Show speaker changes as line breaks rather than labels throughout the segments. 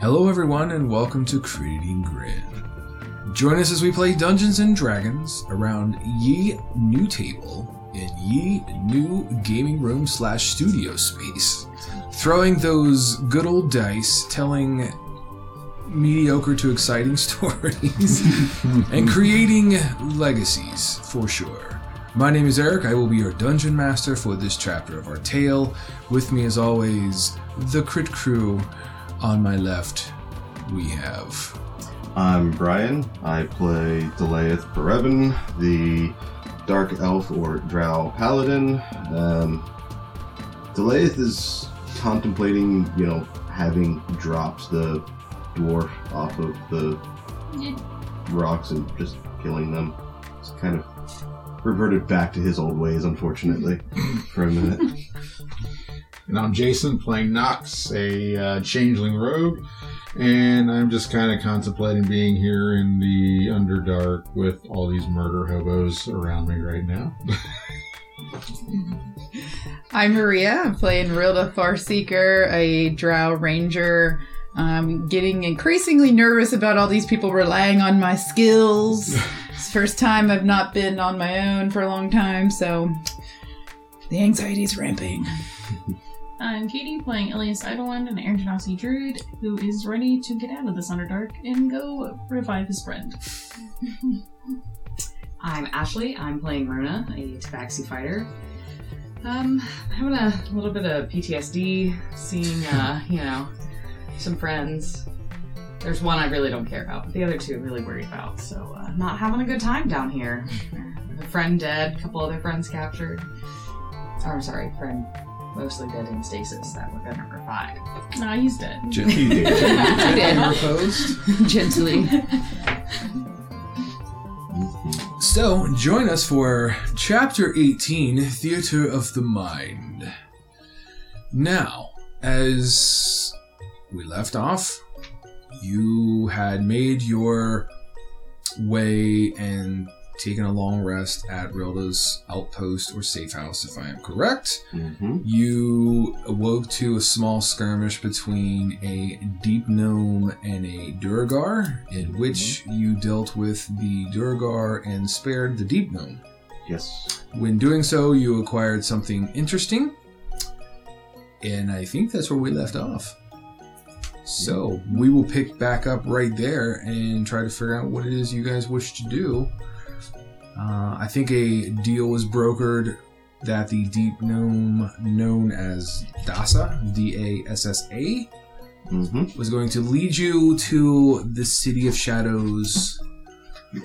Hello, everyone, and welcome to Creating Grid. Join us as we play Dungeons and Dragons around Ye New Table in Ye New Gaming Room slash Studio Space, throwing those good old dice, telling mediocre to exciting stories, and creating legacies for sure. My name is Eric. I will be your dungeon master for this chapter of our tale. With me, as always, the Crit Crew. On my left, we have
I'm Brian. I play Delayeth Berevin, the Dark Elf or Drow Paladin. Um, Delayeth is contemplating, you know, having dropped the dwarf off of the rocks and just killing them. It's kind of reverted back to his old ways, unfortunately, for a minute.
And I'm Jason playing Nox, a uh, changeling rogue, and I'm just kind of contemplating being here in the Underdark with all these murder hobos around me right now.
I'm Maria. I'm playing Rilda Farseeker, a Drow Ranger. I'm getting increasingly nervous about all these people relying on my skills. it's the first time I've not been on my own for a long time, so the anxiety's ramping.
I'm Katie, playing Elias Idlewind, an Air Genasi druid who is ready to get out of this Underdark and go revive his friend.
I'm Ashley. I'm playing Rona, a Tabaxi fighter. Um, I'm having a little bit of PTSD seeing, uh, you know, some friends. There's one I really don't care about, but the other two I'm really worried about. So, uh, not having a good time down here. A friend dead, a couple other friends captured. Or, I'm sorry, friend mostly dead in stasis. That would have been number five.
Nah, he's dead.
He did.
I
and
did.
Reposed.
Gently.
Mm-hmm,
So, join us for Chapter 18 Theater of the Mind. Now, as we left off, you had made your way and taken a long rest at Rilda's outpost or safe house, if I am correct.
hmm
You awoke to a small skirmish between a deep gnome and a Durgar, in which you dealt with the Durgar and spared the deep gnome.
Yes.
When doing so, you acquired something interesting, and I think that's where we left off. So we will pick back up right there and try to figure out what it is you guys wish to do. Uh, I think a deal was brokered that the deep gnome known as Dasa, D A S S A,
hmm
was going to lead you to the City of Shadows.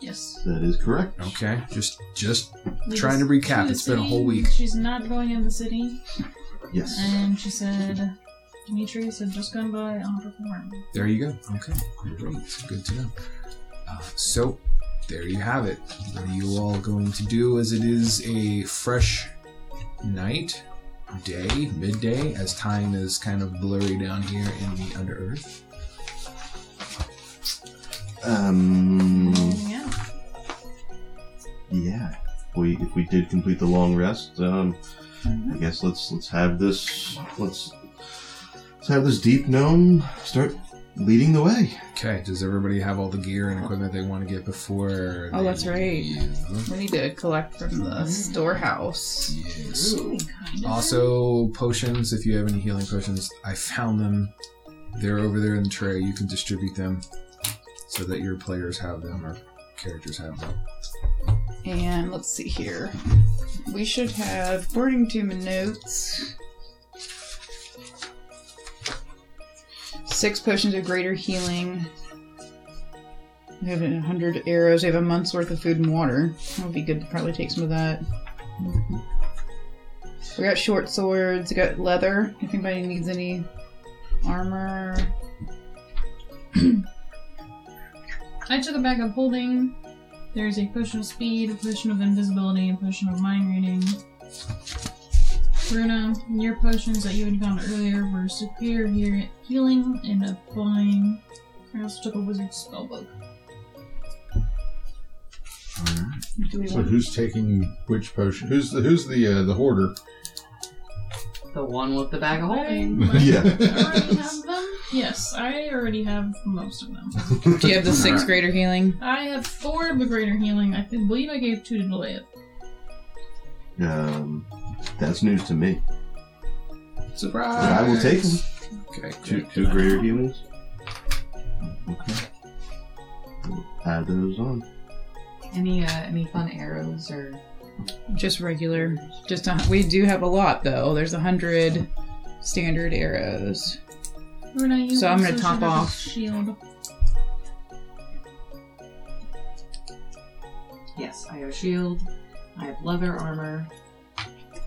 Yes.
That is correct.
Okay, just just Trying to recap,
She's
it's been a
city.
whole week.
She's not going in the city,
Yes.
and she said, Demetrius had just gone by on her form.
There you go. Okay, great. Good to know. Uh, so, there you have it. What are you all going to do as it is a fresh night, day, midday, as time is kind of blurry down here in the under earth?
Um.
Yeah.
Yeah. We if we did complete the long rest, um,
Mhm.
I guess let's let's have this let's let's have this deep gnome start leading the way.
Okay, does everybody have all the gear and equipment they want to get before?
Oh,
they
that's right.
leave?
We need to collect from the storehouse.
Yes.
Kinda.
Also, potions, if you have any healing potions, I found them. They're over there in the tray. You can distribute them so that your players have them or characters have them.
And let's see here. We should have boarding team and notes. Six potions of greater healing. We have a hundred arrows. We have a month's worth of food and water. That would be good to probably take some of that. We got short swords. We got leather. If anybody needs any armor.
I took a bag of holding. There's a potion of speed, a potion of invisibility, a potion of mind reading. Bruno, your potions that you had found earlier were superior he- healing and applying. I also took a wizard spell book.
Do we
So
want?
who's taking which potion? Who's the who's the uh, the hoarder?
The one with the bag of
I
holding.
might
Yeah.
already have them. Yes, I already have most of them.
Do you have the sixth
Alright.
grader healing?
I have four of the greater healing. I think- believe I gave two to delay it.
Um, that's news to me. But
Surprise!
I will take them.
Okay,
Two,
great.
two greater healings. Okay. We'll Add those on.
Any uh, any fun arrows or
Just regular. Just a, we do have a lot though. There's a hundred standard arrows.
Runa, you
So I'm gonna
also
top
should have a
off.
Shield.
Yes, I have a shield. I have leather armor.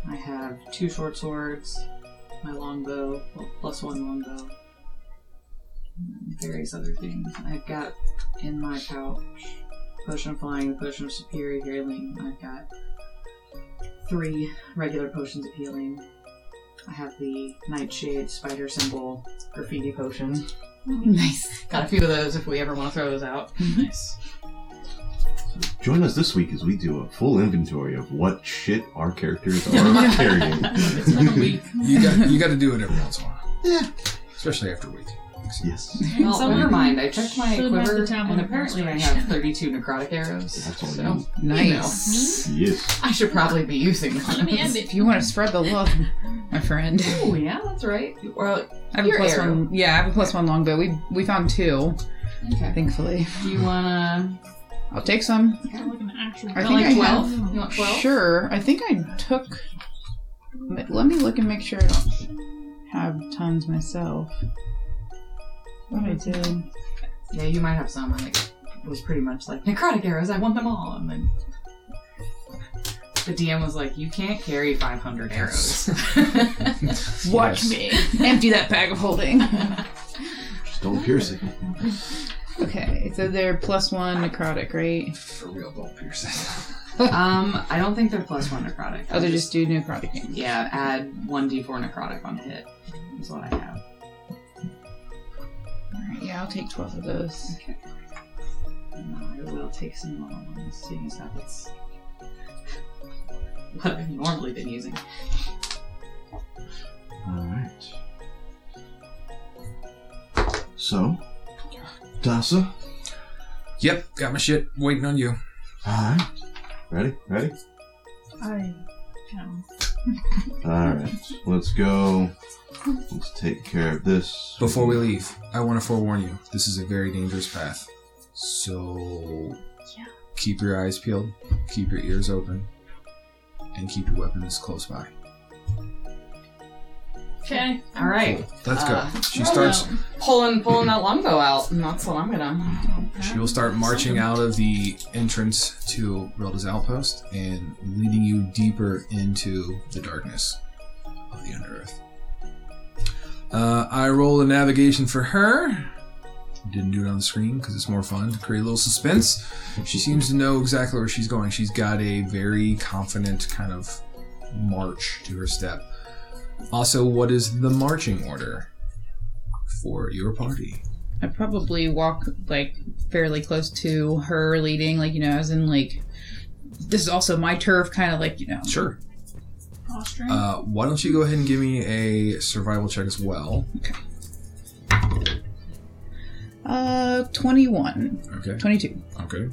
I have two short swords. My longbow, well, plus one longbow. and Various other things. I've got in my pouch potion of flying, the potion of superior healing. I've got three regular potions of healing. I have the nightshade spider symbol graffiti potion.
Nice.
Got a few of those if we ever want to throw those out.
Nice.
Join us this week as we do a full inventory of what shit our characters are carrying.
it's been a week.
You got you got to do it every once in a while.
Yeah.
Especially after week.
Yes.
Well,
Someone
Oh, never mind. I checked my
should have
quiver,
the tab on
and
the
apparently I
demonstration.
have 32 necrotic arrows.
That's all you
so
need.
Nice.
Yes.
I should probably be using those.
Let me end it.
If you want to spread the love, my friend.
Oh yeah, that's right. Well,
I have a
Your
plus
arrow.
one. Yeah, I have a plus one longbow. We we found two,
okay.
thankfully.
Do you wanna?
I'll take some.
Kinda like an actual.
I
dog.
think I have-
You want twelve?
Sure. I think I took. m- Let me look and make sure I don't have tons myself. What I did.
Yeah, you might have some. I like was pretty much like necrotic arrows. I want them all, and then the DM was like, "You can't carry 500 arrows."
Watch me empty that bag of holding.
Just don't pierce it.
okay, so they're plus one necrotic, right?
For real, don't pierce it.
um, I don't think they're plus one necrotic.
Oh, they just do necrotic damage.
yeah, add one d4 necrotic on hit. Is what I have.
Alright, yeah, I'll take twelve of those.
And I will take some long ones, seeing as how that's what I've normally been using.
Alright. So, Dasa.
yep, got my shit waiting on you.
Alright. Ready? Ready?
I am.
Alright. Let's go. Let's take care of this.
Before we leave, I want to forewarn you. This is a very dangerous path. So
Yeah.
keep your eyes peeled, keep your ears open, and keep your weapons close by.
Okay.
All right,
Cool. Let's go.
Uh,
She starts.
pulling pulling that longbow out, and that's what I'm gonna.
She will start marching out of the entrance to Rilda's outpost and leading you deeper into the darkness of the Underearth. Uh, I roll a navigation for her. Didn't do it on the screen because it's more fun to create a little suspense. She seems to know exactly where she's going. She's got a very confident kind of march to her step. Also, what is the marching order for your party?
I probably walk like fairly close to her leading, like you know, as in like this is also my turf, kind of like you know.
Sure.
Posturing.
Uh, why don't you go ahead and give me a survival check as well?
Uh, 21,
Okay.
22.
Okay.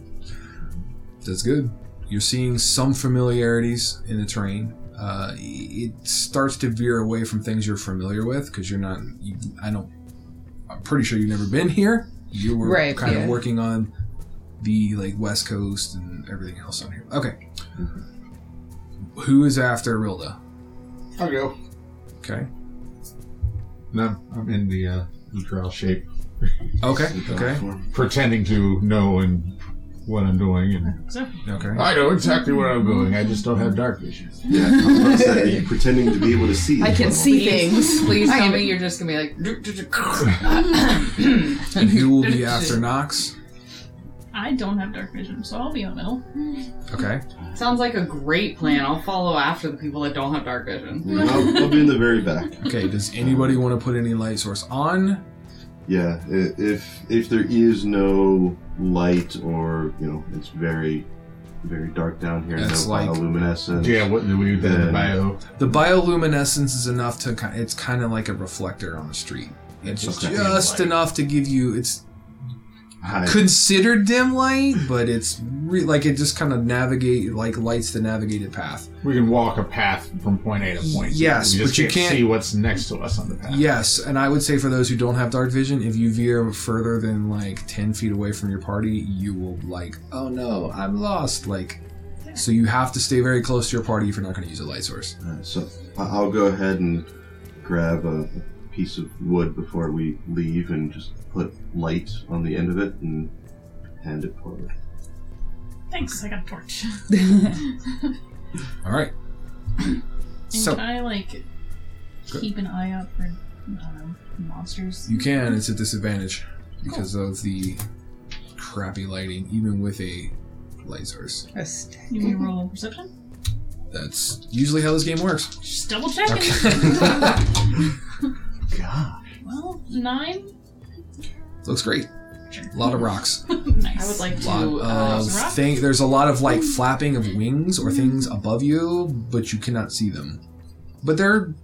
That's good. You're seeing some familiarities in the terrain. Uh, it starts to veer away from things you're familiar with because you're not. You, I don't. I'm pretty sure you've never been here. You were
Right,
kind
yeah.
of working on the like West Coast and everything else on here. Okay.
Mm-hmm.
Who is after Rilda?
I'll go.
Okay.
No, I'm in the uh, the drow shape,
Okay. Okay.
pretending to know and what I'm doing, and
so,
Okay.
I know exactly where I'm going. I just don't have dark vision.
Yeah, I was about to say, are you pretending to be able to see?
I can see things.
Please
I
tell
am-
me you're just gonna be like. "Drr, drr,
And
drr."
who will be after Knox?
I don't have dark vision, so I'll be in the middle.
Okay.
Sounds like a great plan. I'll follow after the people that don't have dark
Mm-hmm.
vision.
I'll, I'll be in the very back.
Okay, does anybody want to put any light source on?
Yeah, i- if if there is no light or you know it's very very dark down here,
It's
no
like-
bioluminescence.
Yeah, what do we do in the bio?
The bioluminescence is enough to ki- it's kind of like a reflector on the street. It's
Just
just,
dim
light.
enough to give you. It's
I,
considered dim light, but it's re- like it just kind of navigate like lights the navigated path.
We can walk a path from point A to point. B.
Yes,
we just
but you can't-
see what's next to us on the path.
Yes, and I would say for those who don't have dark vision, if you veer further than like ten feet away from your party, you will like, oh no, I'm lost. Like, so you have to stay very close to your party if you're not going to use a light source.
uh, so I- I'll go ahead and grab a piece of wood before we leave and just put light on the end of it and hand it forward.
Thanks, I got a torch.
All right.
And
So
can I like keep an eye out for I don't know monsters?
you can. It's a disadvantage because of the crappy lighting, even with a light source.
A stick.
You mean roll perception?
That's usually how this game works.
Just double checking.
Okay.
God.
well, nine.
Looks great. A lot of rocks.
nice.
I would like
A
to.
lot
Uh,
some
of
rocks?
things. There's a lot of like flapping of wings or things above you, but you cannot see them. But they're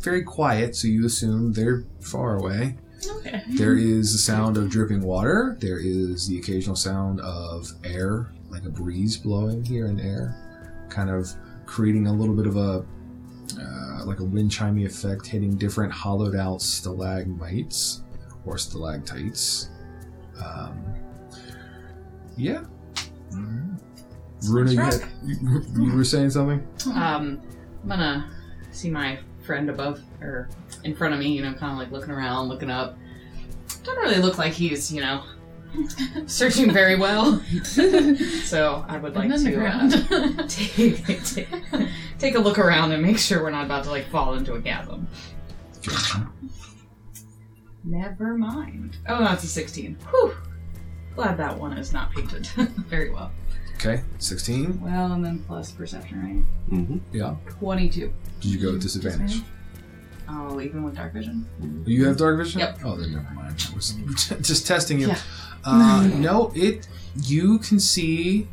very quiet, so you assume they're far away.
Okay.
There is the sound of dripping water. There is the occasional sound of air, like a breeze blowing here and there, kind of creating a little bit of a uh, like a wind chimey effect, hitting different hollowed out stalagmites or stalactites. Um, yeah, Runa, you,
Sounds
had- you, you were saying something.
Mm-hmm.
Um, I'm gonna see my friend above or in front of me. You know, kind of like looking around, looking up. Doesn't really look like he's you know searching very well. so I would like
and then the
to
ground.
uh, take, take take a look around and make sure we're not about to like fall into a chasm. Never mind. Oh, that's a 16. Whew. Glad that one is not painted very well.
Okay, sixteen.
Well, and then plus perception,
Mm-hmm.
Yeah,
right? 22.
did you go with disadvantage?
Oh, even with dark vision?
You have dark vision?
Yep.
Oh, then never mind. I was just testing you.
Yeah.
Uh, no, it. You can see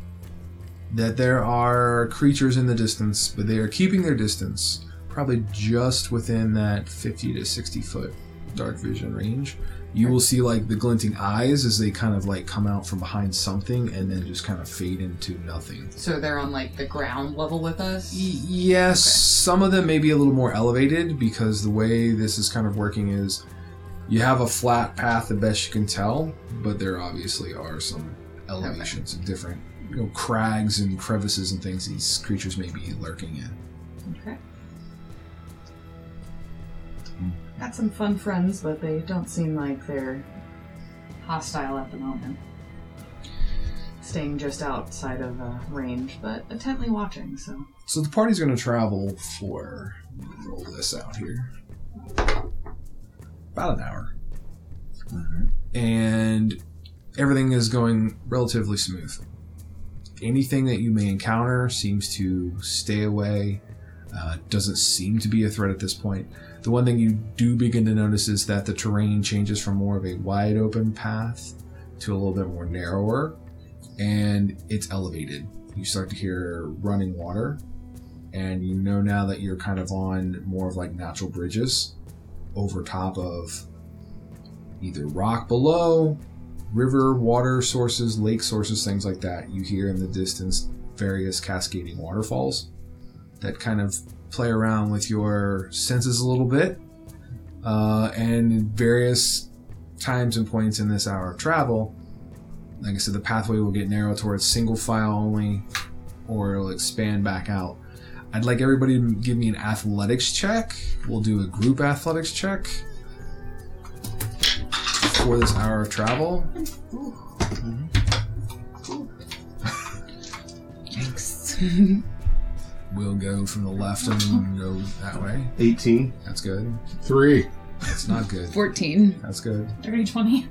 that there are creatures in the distance, but they are keeping their distance, probably just within that 50 to 60 foot dark vision range. You will see like the glinting eyes as they kind of like come out from behind something and then just kind of fade into nothing.
So they're on like the ground level with us?
Y- Yes,
Okay.
some of them may be a little more elevated because the way this is kind of working is you have a flat path the best you can tell, but there obviously are some elevations and different you know, crags and crevices and things these creatures may be lurking in.
Okay. Got some fun friends, but they don't seem like they're hostile at the moment. Staying just outside of uh, range, but intently watching, so.
So the party's going to travel for let me roll this out here about an hour, and everything is going relatively smooth. Anything that you may encounter seems to stay away. Uh, doesn't seem to be a threat at this point. The one thing you do begin to notice is that the terrain changes from more of a wide open path to a little bit more narrower, and it's elevated. You start to hear running water and you know now that you're kind of on more of like natural bridges over top of either rock below, river, water sources, lake sources, things like that. You hear in the distance various cascading waterfalls that kind of play around with your senses a little bit. Uh, and various times and points in this hour of travel, like I said, the pathway will get narrow towards single file only, or it'll expand back out. I'd like everybody to give me an athletics check. We'll do a group athletics check for this hour of travel.
Thanks.
We'll go from the left and go that way.
18.
That's good.
Three.
That's not good.
14.
That's good.
Dirty twenty.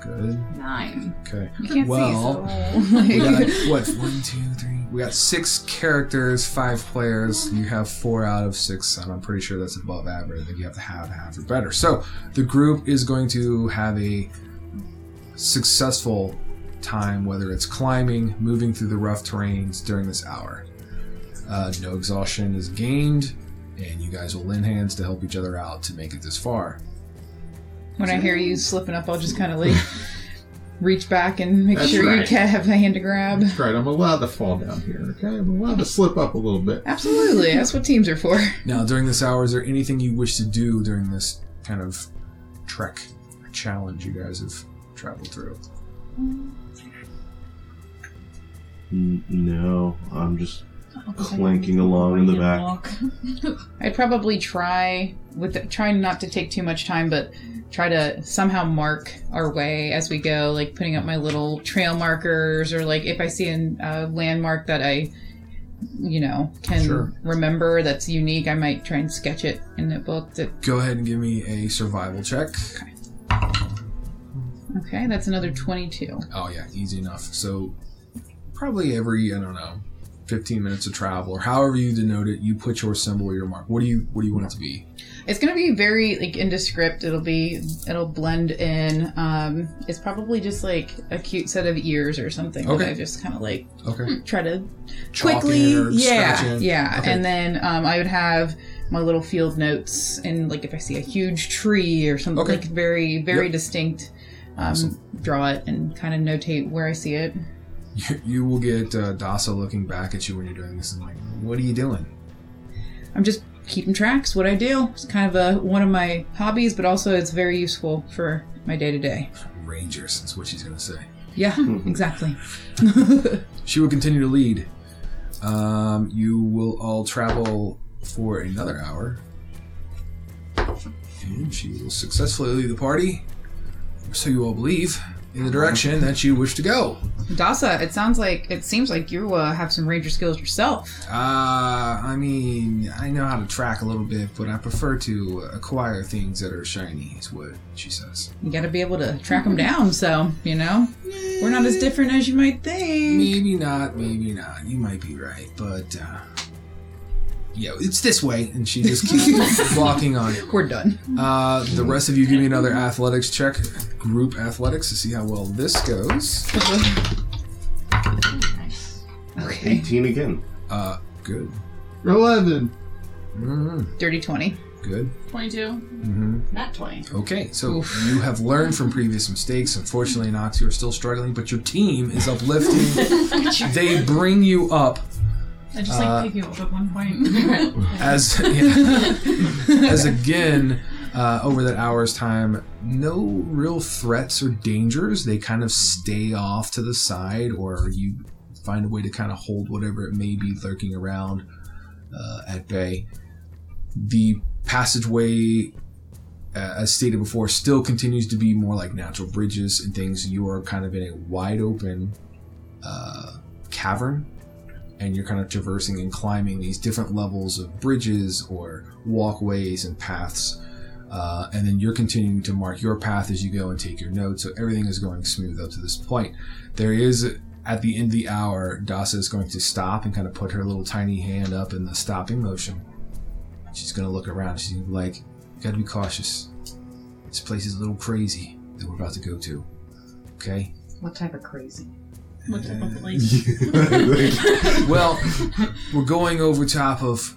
Good.
Nine.
Okay.
You can't
Well,
see,
We
so.
got
Like,
what? One, two, three. We got six characters, five players. You have four out of six, and I'm pretty sure that's above average. I think you have to have half or better. So the group is going to have a successful time, whether it's climbing, moving through the rough terrains during this hour. Uh, no exhaustion is gained, and you guys will lend hands to help each other out to make it this far.
When I hear you slipping up, I'll just kind of like reach back and make
That's
sure you
right.
can have a hand to grab.
That's right. I'm allowed to fall down here. Okay, I'm allowed to slip up a little bit.
Absolutely, that's what teams are for.
Now, during this hour, is there anything you wish to do during this kind of trek or challenge you guys have traveled through?
N- No, I'm just.
Oh, 'cause I
Clanking along in the
can
back.
walk.
I'd probably try with the, trying not to take too much time, but try to somehow mark our way as we go, like putting up my little trail markers, or like if I see an- a landmark that I, you know, can
Sure.
remember that's unique, I might try and sketch it in a book. That
Go ahead and give me a survival check.
okay, that's another twenty-two.
Oh, yeah, easy enough. So, probably every, I don't know, 15 minutes of travel or however you denote it, you put your symbol or your mark. What do you what do you want it to be?
It's gonna be very like indescript. It'll be it'll blend in. Um, it's probably just like a cute set of ears or something.
Okay.
That I just kind of like
Okay.
try to
Chalk
quickly
it or scratch
yeah
it?
yeah
Okay.
and then um, i would have my little field notes and like if i see a huge tree or something
Okay.
like very very
Yep.
distinct um,
Awesome.
draw it and kind of notate where i see it
You, you will get uh, Dasa looking back at you when you're doing this and like, what are you doing?
i'm just keeping tracks what i do it's kind of a one of my hobbies but also it's very useful for my day-to-day
Rangers is what she's going to say.
yeah
Hmm.
exactly
She will continue to lead. Um, you will all travel for another hour. And she will successfully lead the party, or so you all believe, in the direction that you wish to go.
dasa it sounds like it seems like you uh, have some ranger skills yourself
Uh, I mean, I know how to track a little bit, but I prefer to acquire things that are shiny, is what she says.
you got to be able to track them down so you know we're not as different as you might think
Maybe not, maybe not. You might be right, but, uh, yeah, it's this way. And she just keeps walking on it.
we're done
Uh, the rest of you give me another athletics check, group athletics, to see how well this goes.
Okay.
18 again.
Uh, good.
11.
Mm,
Dirty 20.
good.
22.
hmm
Not 20.
Okay, so you have learned from previous mistakes. Unfortunately, Nox, you are still struggling, but your team is uplifting. they bring you up
I just like
Uh,
pick you up at one point.
as yeah. as again uh, over that hour's time no real threats or dangers they kind of stay off to the side or you find a way to kind of hold whatever it may be lurking around uh, at bay the passageway uh, as stated before still continues to be more like natural bridges and things you are kind of in a wide open uh, cavern and you're kind of traversing and climbing these different levels of bridges or walkways and paths. Uh, and then you're continuing to mark your path as you go and take your notes. So everything is going smooth up to this point. There is, at the end of the hour, Dasa is going to stop and kind of put her little tiny hand up in the stopping motion. She's going to look around. She's gonna be like, you got to be cautious. This place is a little crazy that we're about to go to. Okay?
What type of crazy?
What type of place?
Well, we're going over top of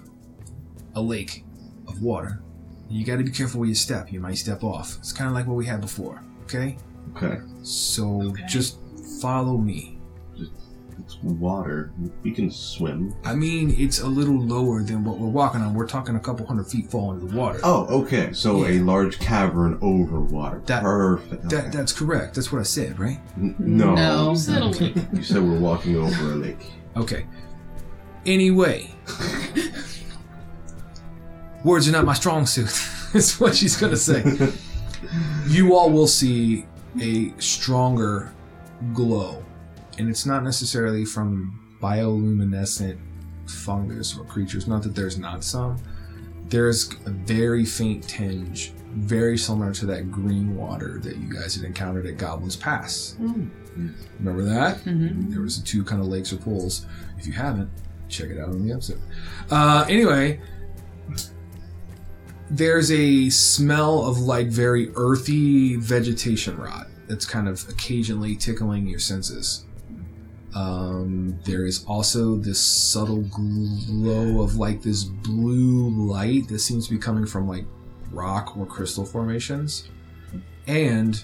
a lake of water. You got to be careful where you step. You might step off. It's kind of like what we had before. Okay.
okay.
So
Okay.
just follow me.
It's water. We can swim.
I mean, it's a little lower than what we're walking on. We're talking a couple hundred feet fall into the water.
Oh, okay. So a large cavern over water.
That-
Perfect.
That,
Okay.
that's correct. That's what I said, right?
N- no.
No.
Settle it.
You said we're walking over a lake.
Okay. Anyway, words are not my strong suit. That's what she's gonna say. you all will see a stronger glow, and it's not necessarily from bioluminescent fungus or creatures. Not that there's not some. There's a very faint tinge, very similar to that green water that you guys had encountered at Goblin's Pass. Remember that?
Mm-hmm.
There was two kind of lakes or pools. If you haven't, check it out on the episode. Uh, anyway, there's a smell of like very earthy vegetation rot that's kind of occasionally tickling your senses. Um, there is also this subtle glow of like this blue light that seems to be coming from like rock or crystal formations. And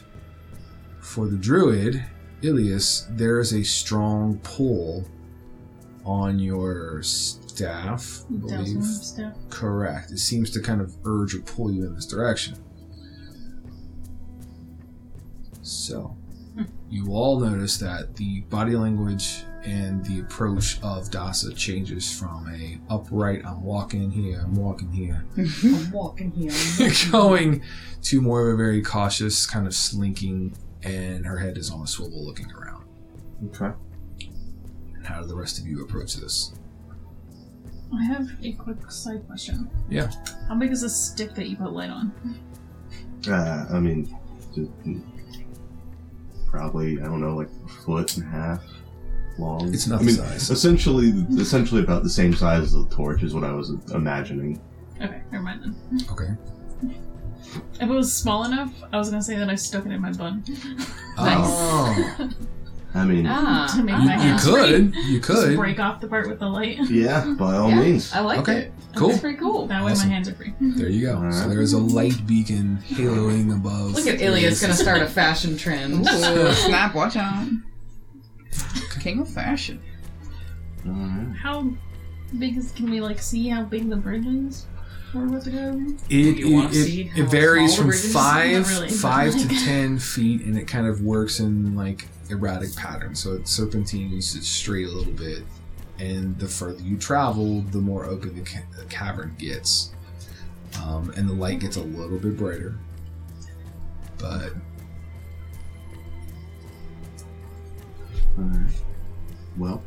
for the druid, Ilias, there is a strong pull on your staff, I believe.
Dazzling stuff.
Correct. It seems to kind of urge or pull you in this direction. So, you all notice that the body language and the approach of Dasa changes from a upright, I'm walking here, I'm walking here,
I'm walking here.
going to more of a very cautious, kind of slinking, and her head is on a swivel looking around.
Okay.
And how do the rest of you approach this?
I have a quick side question.
Yeah.
How big is the stick that you put light on?
Uh, I mean, just, mm, probably I don't know, like a foot and a half long.
It's not
I mean,
the size.
essentially, essentially about the same size as the torch is what I was imagining.
Okay, never mind then.
Okay.
If it was small enough, I was gonna say that I stuck it in my bun.
Nice.
Oh.
I mean,
Ah,
To make
You,
my
you
hands
could. You
Just
could.
break off the part with the light.
yeah, by all
Yeah. Oh.
means.
I like
Okay.
it.
Cool.
That's pretty cool.
That way
Awesome.
my hands are free.
There you go. So
Alright.
there is a light beacon haloing above.
Look at Ilya's gonna start a fashion trend.
Ooh, snap, watch out. King of fashion.
All right.
How big is can we like see how big the bridge is? Or what's it going?
It,
You wanna
it,
see
it-
how
it varies from
small the bridge is?
five
Not really, but
five to
like-
ten feet, and it kind of works in like erratic patterns. So it serpentines, it's straight a little bit, and the further you travel, the more open the, ca- the cavern gets, um, and the light gets a little bit brighter. But
All right. Well,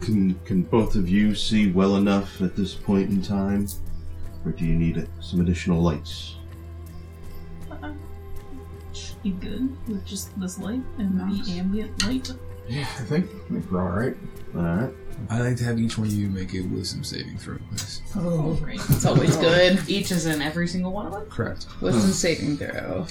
can can both of you see well enough at this point in time, or do you need uh, some additional lights?
Uh, should be good with just this light and
Nice.
the ambient light.
Yeah, I think, I think we're all right.
All right.
I like to have each one of you make a wisdom saving throw, please.
Oh,
Oh,
great.
it's always good.
Each is in every single one of them.
Correct.
Wisdom saving throw.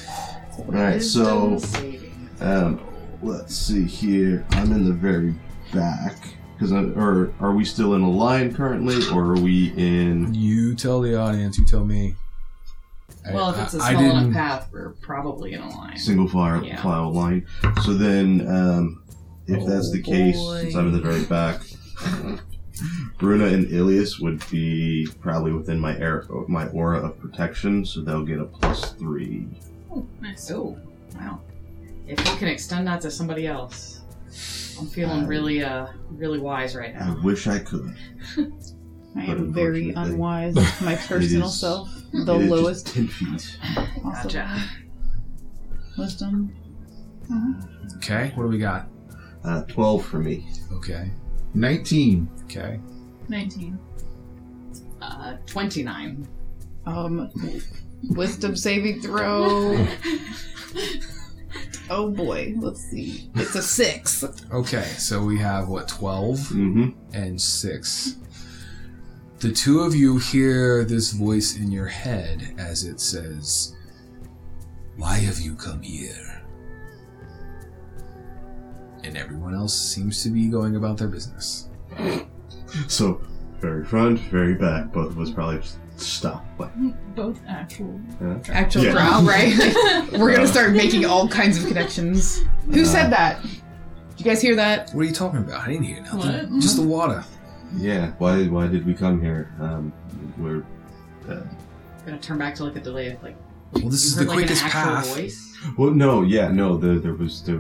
All right. So.
Wisdom saving.
Um, let's see here. I'm in the very back. Because or are we still in a line currently, or are we in?
You tell the audience. You tell me. I-
Well, if it's a
I- I
small enough
didn't-
path, we're probably in a line.
single file
Yeah.
file line. So then, um, if that's the
Oh,
case,
boy.
since I'm in the very back, Bruna and Ilias would be probably within my air, my aura of protection, so they'll get a plus three.
Oh, nice.
Oh, wow. If we can extend that to somebody else, I'm feeling
Um,
really, uh, really wise right
I
now.
wish I could.
I
But
am very
unfortunately,
unwise. My personal
is-
self, the
It is just
lowest.
ten feet.
also
Gotcha.
Wisdom.
Okay. What do we got?
Uh, Twelve for me.
Okay.
19.
Okay.
19.
Uh, 29.
Um, wisdom saving throw. Oh boy, let's see. It's a six.
Okay, so we have what, 12
Mm-hmm.
and 6. The two of you hear this voice in your head as it says, Why have you come here? And everyone else seems to be going about their business.
So very front, very back. Both of us probably just stop. Like,
Both actual.
Actual
Yeah.
drow, right? We're gonna start making all kinds of connections. Who said that? Did you guys hear that?
What are you talking about? I didn't hear nothing.
What?
Just the water.
yeah. Why? Why did we come here? Um, we're
gonna turn back to look at the lady. Like,
Well, this
you
is
heard,
the
like,
quickest
an actual
path.
Voice?
Well, no, yeah, no. There, there was, there,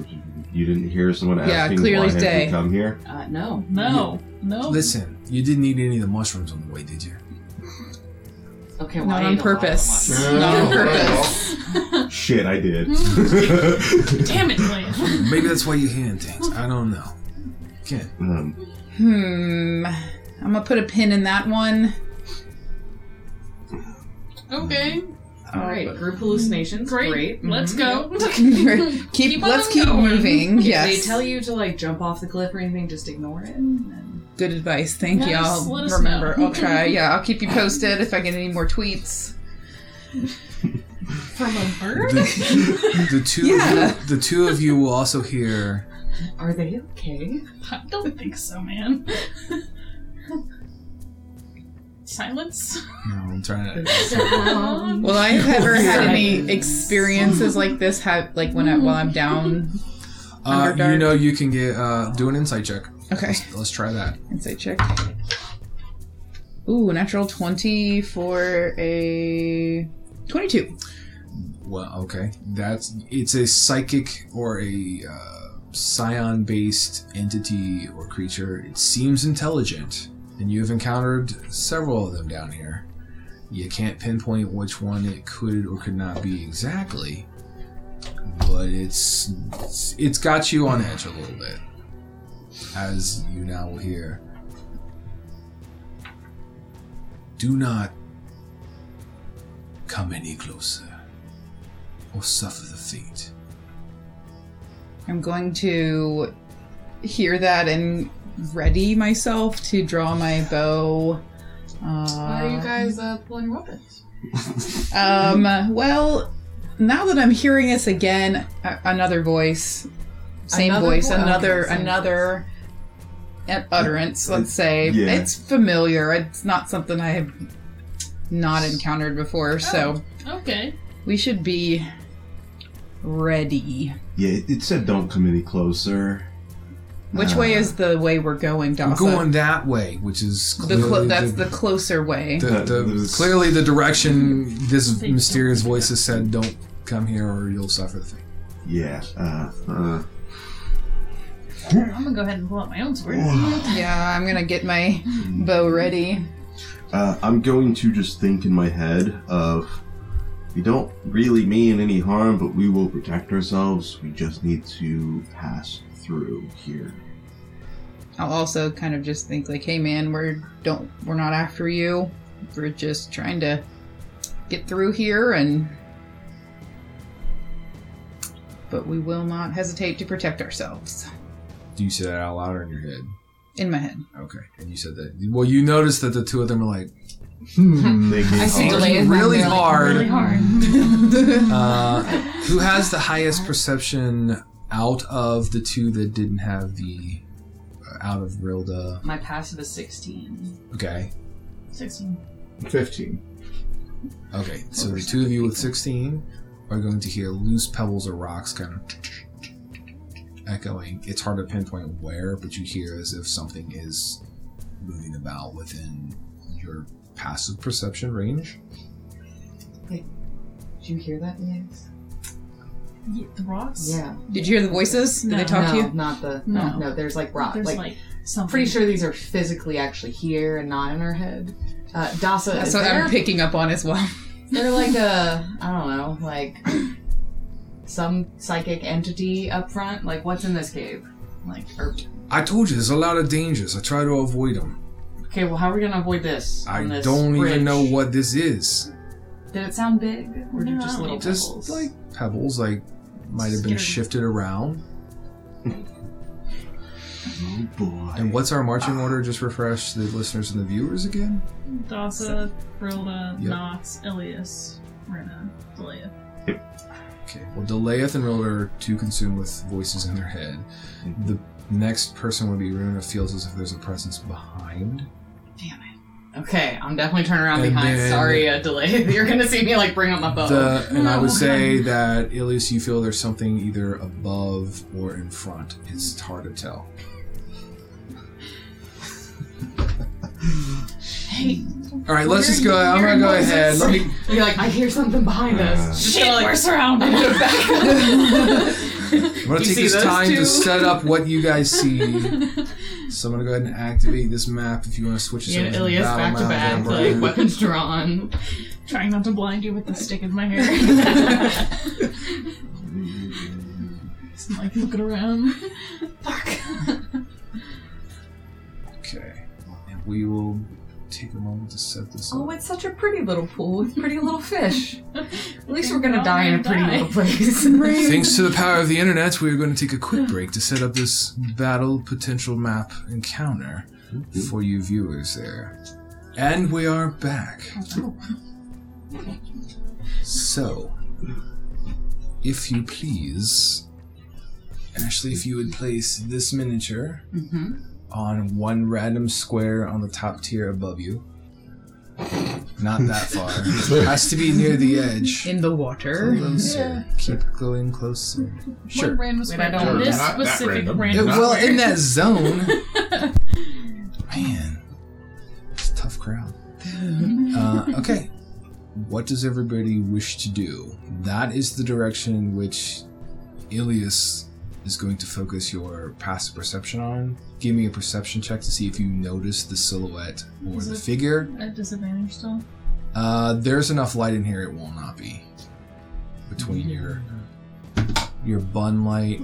you didn't hear someone
Yeah,
asking
clear
why
as
have
day.
you come here.
Uh, no.
No, no.
Oh.
Listen, you didn't eat any of the mushrooms on the way, did you?
Okay, well,
Not
I
on
ate a lot of
purpose.
mushrooms.
Not on
Yeah.
purpose.
Shit, I did.
Hmm.
Damn it, Leia.
Maybe that's why you hearing things. I don't know. Ken,
um,
Hmm. I'm gonna put a pin in that one.
okay,
All
Uh,
right, group hallucinations.
great. Mm-hmm.
Great.
Let's
Mm-hmm.
Mhm.
go.
keep,
Keep on
let's keep
going.
moving.
If
Yes.
they tell you to like jump off the cliff or anything, just ignore it. And
Good advice. Thank you.
Yes,
I'll
let us
remember.
know.
I'll try. Yeah, I'll keep you posted if I get any more tweets.
From a bird?
the, the two
Yeah.
of you, the two of you will also hear
are they okay?
I don't think so, man. silence.
No, I'm trying to. uh,
Uh-huh.
Um,
Well, I've never had
Silence.
any experiences like this. Have like when I
Mm-hmm.
while I'm down.
Uh, you
Underdark.
know, you can get uh, do an insight check.
Okay,
Let's try that.
insight check. Ooh, natural twenty for a twenty-two.
Well, okay. That's it's a psychic or a uh, scion-based entity or creature. It seems intelligent, and you have encountered several of them down here. You can't pinpoint which one it could or could not be exactly, but it's it's got you on edge a little bit, as you now will hear. Do not come any closer or suffer the fate.
I'm going to hear that and ready myself to draw my bow.
Why are you
Uh,
guys uh, pulling your weapons?
um, well, now that I'm hearing this again, a- another voice, same
Another
voice,
voice?
another,
Okay, same
another an utterance, let's say.
Yeah.
It's familiar. It's not something I have not encountered
Oh.
before, so
Okay.
we should be ready.
Yeah, it, it said don't come any closer.
Which
Uh,
way is the way we're going,
I'm
Dawson?
going that way, which is
the
clearly
clo- that's the closer way.
the- the-
There's-
clearly the direction this
Fate.
mysterious voice has said. Don't come here, or you'll suffer the fate.
Yeah. Uh, uh,
I'm gonna go ahead and pull out my own sword.
Yeah, I'm gonna get my bow ready.
uh, I'm going to just think in my head of we don't really mean any harm, but we will protect ourselves. We just need to pass through here.
I'll also kind of just think like, hey man, we're don't we're not after you. We're just trying to get through here and but we will not hesitate to protect ourselves.
Do you say that out loud or in your head?
In my head.
Okay, and you said that. Well, you noticed that the two of them are like "Oh,
Hmm.
Thinking
I see
hard.
delay is
Really
not there, like,
hard.
Really hard.
Uh, who has the highest perception out of the two that didn't have the uh, out of Rilda?
My passive is 16.
Okay,
16.
15.
okay. So the two of you with sixteen are going to hear loose pebbles or rocks kind of echoing. It's hard to pinpoint where, but you hear as if something is moving about within your passive perception range.
Did you hear that, Lex?
Ye- the rocks?
Yeah.
Did you hear the voices? Did they
No.
talk
no,
to you?
not the.
No.
No, no, there's like rock.
There's
like,
like, something.
I'm pretty sure these are physically actually here and not in our head. Uh, Dasa,
That's
is
what
there-
I'm picking up on as well.
They're like a, I don't know, like some psychic entity up front. Like, what's in this cave? Like, or,
I told you there's a lot of dangers. I try to avoid them.
okay, well, how are we gonna avoid this?
I
on this
don't
bridge?
even know what this is.
Did it sound big, or did
No.
just Oh, little
Just
pebbles?
like pebbles, like might have been
Scary.
shifted around.
Oh boy.
And what's our marching order? Just refresh the listeners and the viewers again.
Dasa, Brilda,
Yep.
Knox, Ilias, Rena, Delia.
Okay. Well, Delayeth and Rilda are too consumed with voices in their head. The next person would be Runa. Feels as if there's a presence behind.
okay, I'm definitely turning around
And
behind.
then-
Sorry, uh, delay. You're gonna see me like bring up my phone.
The, and I would
Oh,
say that Ilias, you feel there's something either above or in front. It's hard to tell.
Hey,
All right, let's
You're-
just go. I'm
you're
gonna go
in
ahead. Let me.
You're like, I hear something behind us.
shit, we're surrounded.
I'm gonna
You
take
see
this
those
time to
two?
set up what you guys see. so I'm gonna go ahead and activate this map. If you want to switch it
You and
over
Ilias
battle
back
map,
to back,
I'm
like
right.
weapons drawn.
Trying not to blind you with the stick in my hair. Just, like looking around. Fuck.
Okay. And we will take a moment to set this
Oh,
up.
it's such a pretty little pool with pretty little fish. At least we're gonna
We're
die in a
all
pretty
gonna
little place.
Thanks to the power of the internet, we are going to take a quick break to set up this battle potential map encounter for you viewers there. And we are back. So, if you please, Ashley, if you would place this miniature on one random square on the top tier above you, Not that far. Has to be near the edge.
in the water.
Closer. Keep going closer. Sure.
What random square?
I don't-
this
Not that
specific
random.
Yeah,
random.
Not
well,
square.
in that zone, man, it's a tough crowd. Uh, okay, what does everybody wish to do? That is the direction in which Ilias is going to focus your passive perception on. Give me a perception check to see if you notice the silhouette or
Is
the
it-
figure.
At disadvantage still.
Uh, there's enough light in here; it will not be between your
Mm-hmm.
your bun light.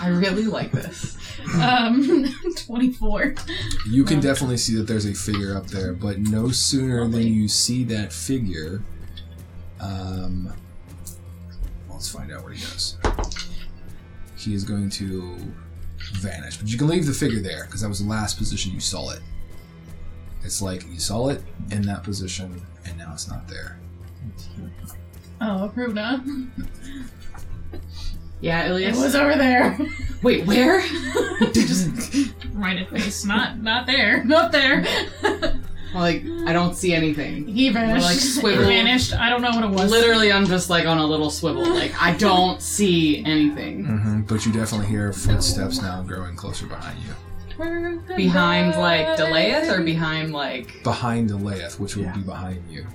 I really like this.
um, 24.
You can
Yeah.
definitely see that there's a figure up there, but no sooner
Lovely.
than you see that figure, um, well, let's find out where he goes. He is going to vanish, but you can leave the figure there because that was the last position you saw it. It's like you saw it in that position, and now it's not there.
Oh, approved, huh?
Yeah,
It
Ilias.
was over there.
Wait, where?
right at face. Not not there. Not there.
Like, I don't see anything.
He vanished.
Like, swivel.
He vanished. I don't know what it was.
Literally, I'm just like on a little swivel. Like, I don't see anything.
Mm-hmm. But you definitely hear footsteps now growing closer behind you,
Behind, like, Delayeth or behind, like.
behind the Leith, which will
Yeah.
be behind you,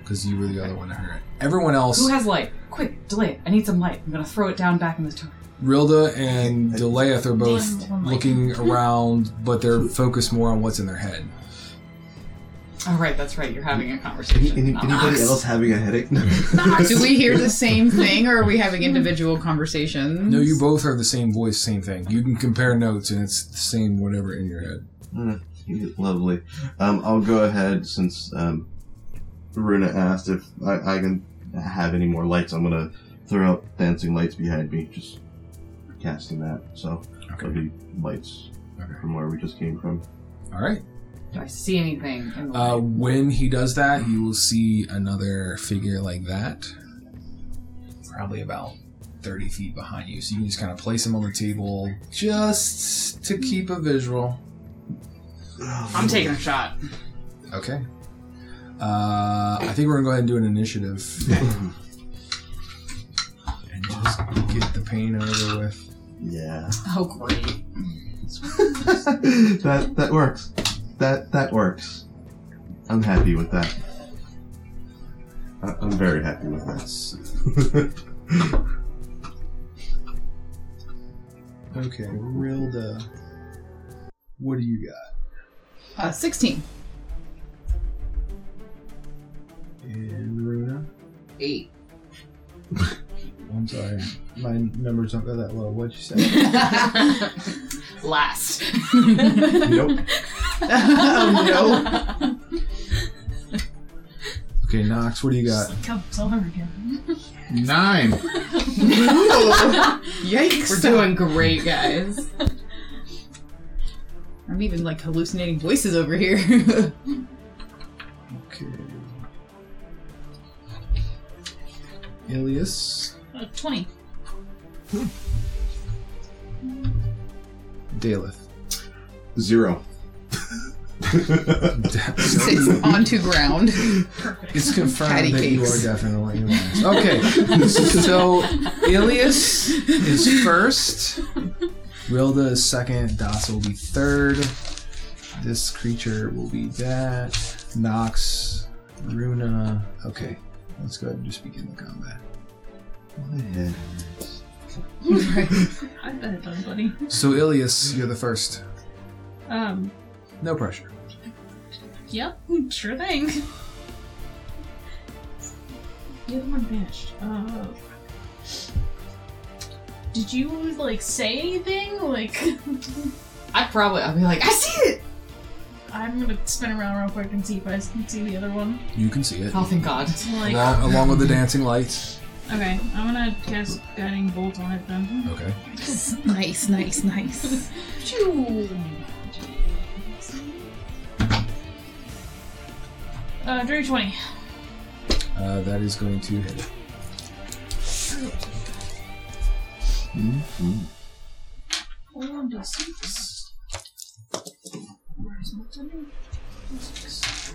because you were the other one to hear it. Everyone else.
Who has light? Quick, Delayeth. I need some light. I'm gonna throw it down back in the tower.
Rilda and Delayeth are both
Damn, I'm like-
looking around, but they're focused more on what's in their head.
All right, that's right. You're having a
Any,
conversation.
any-
not
anybody
us.
else having a headache? No.
Do we hear the same thing, or are we having individual conversations?
No, you both are the same voice, same thing. You can compare notes, and it's the same whatever in your head.
Lovely. Um, I'll go ahead since um, Runa asked if I, I can have any more lights. I'm gonna throw up dancing lights behind me, just casting that. So it'll be lights
Okay.
from where we just came from.
All right.
Do I see anything? In the
Uh,
light?
when he does that, you will see another figure like that, probably about 30 feet behind you. So you can just kind of place him on the table just to keep a visual.
I'm taking a shot.
Okay. Uh, I think we're gonna go ahead and do an initiative. and just get the pain over with.
Yeah,
Oh, great.
that that works. That that works. I'm happy with that. I, I'm very happy with that.
Okay, Rilda. What do you got?
Uh, 16.
And Runa?
8.
I'm sorry. My numbers aren't that low. What'd you say?
Last.
nope.
oh,
okay, Nox, what do you got?
Just, like, Oh, it's all over again.
Nine.
no. Yikes.
We're doing great, guys.
I'm even like hallucinating voices over here.
Okay. Ilias.
Uh, 20.
Daleth.
Zero.
Sits onto ground.
It's confirmed
Patty
that you are
cakes.
definitely Elias. Okay, so Ilias is first. Rilda is second. Das will be third. This creature will be that. Nox, Runa. Okay, let's go ahead and just begin the combat.
I bet it does, buddy.
So Ilias, you're the first.
Um,
No pressure.
yep, sure thing. The other one vanished. Uh, did you, like, say anything? Like,
I probably, I'll be like, I see it!
I'm gonna spin around real quick and see if I can see the other one.
You can see it.
Oh, thank God.
Like,
Along, along with the dancing lights.
okay, I'm gonna cast Guiding Bolt on it then.
Okay.
nice, nice, nice.
Uh, dirty 20.
Uh, that is going to hit.
One, two, six. Where's my ten? Two, six.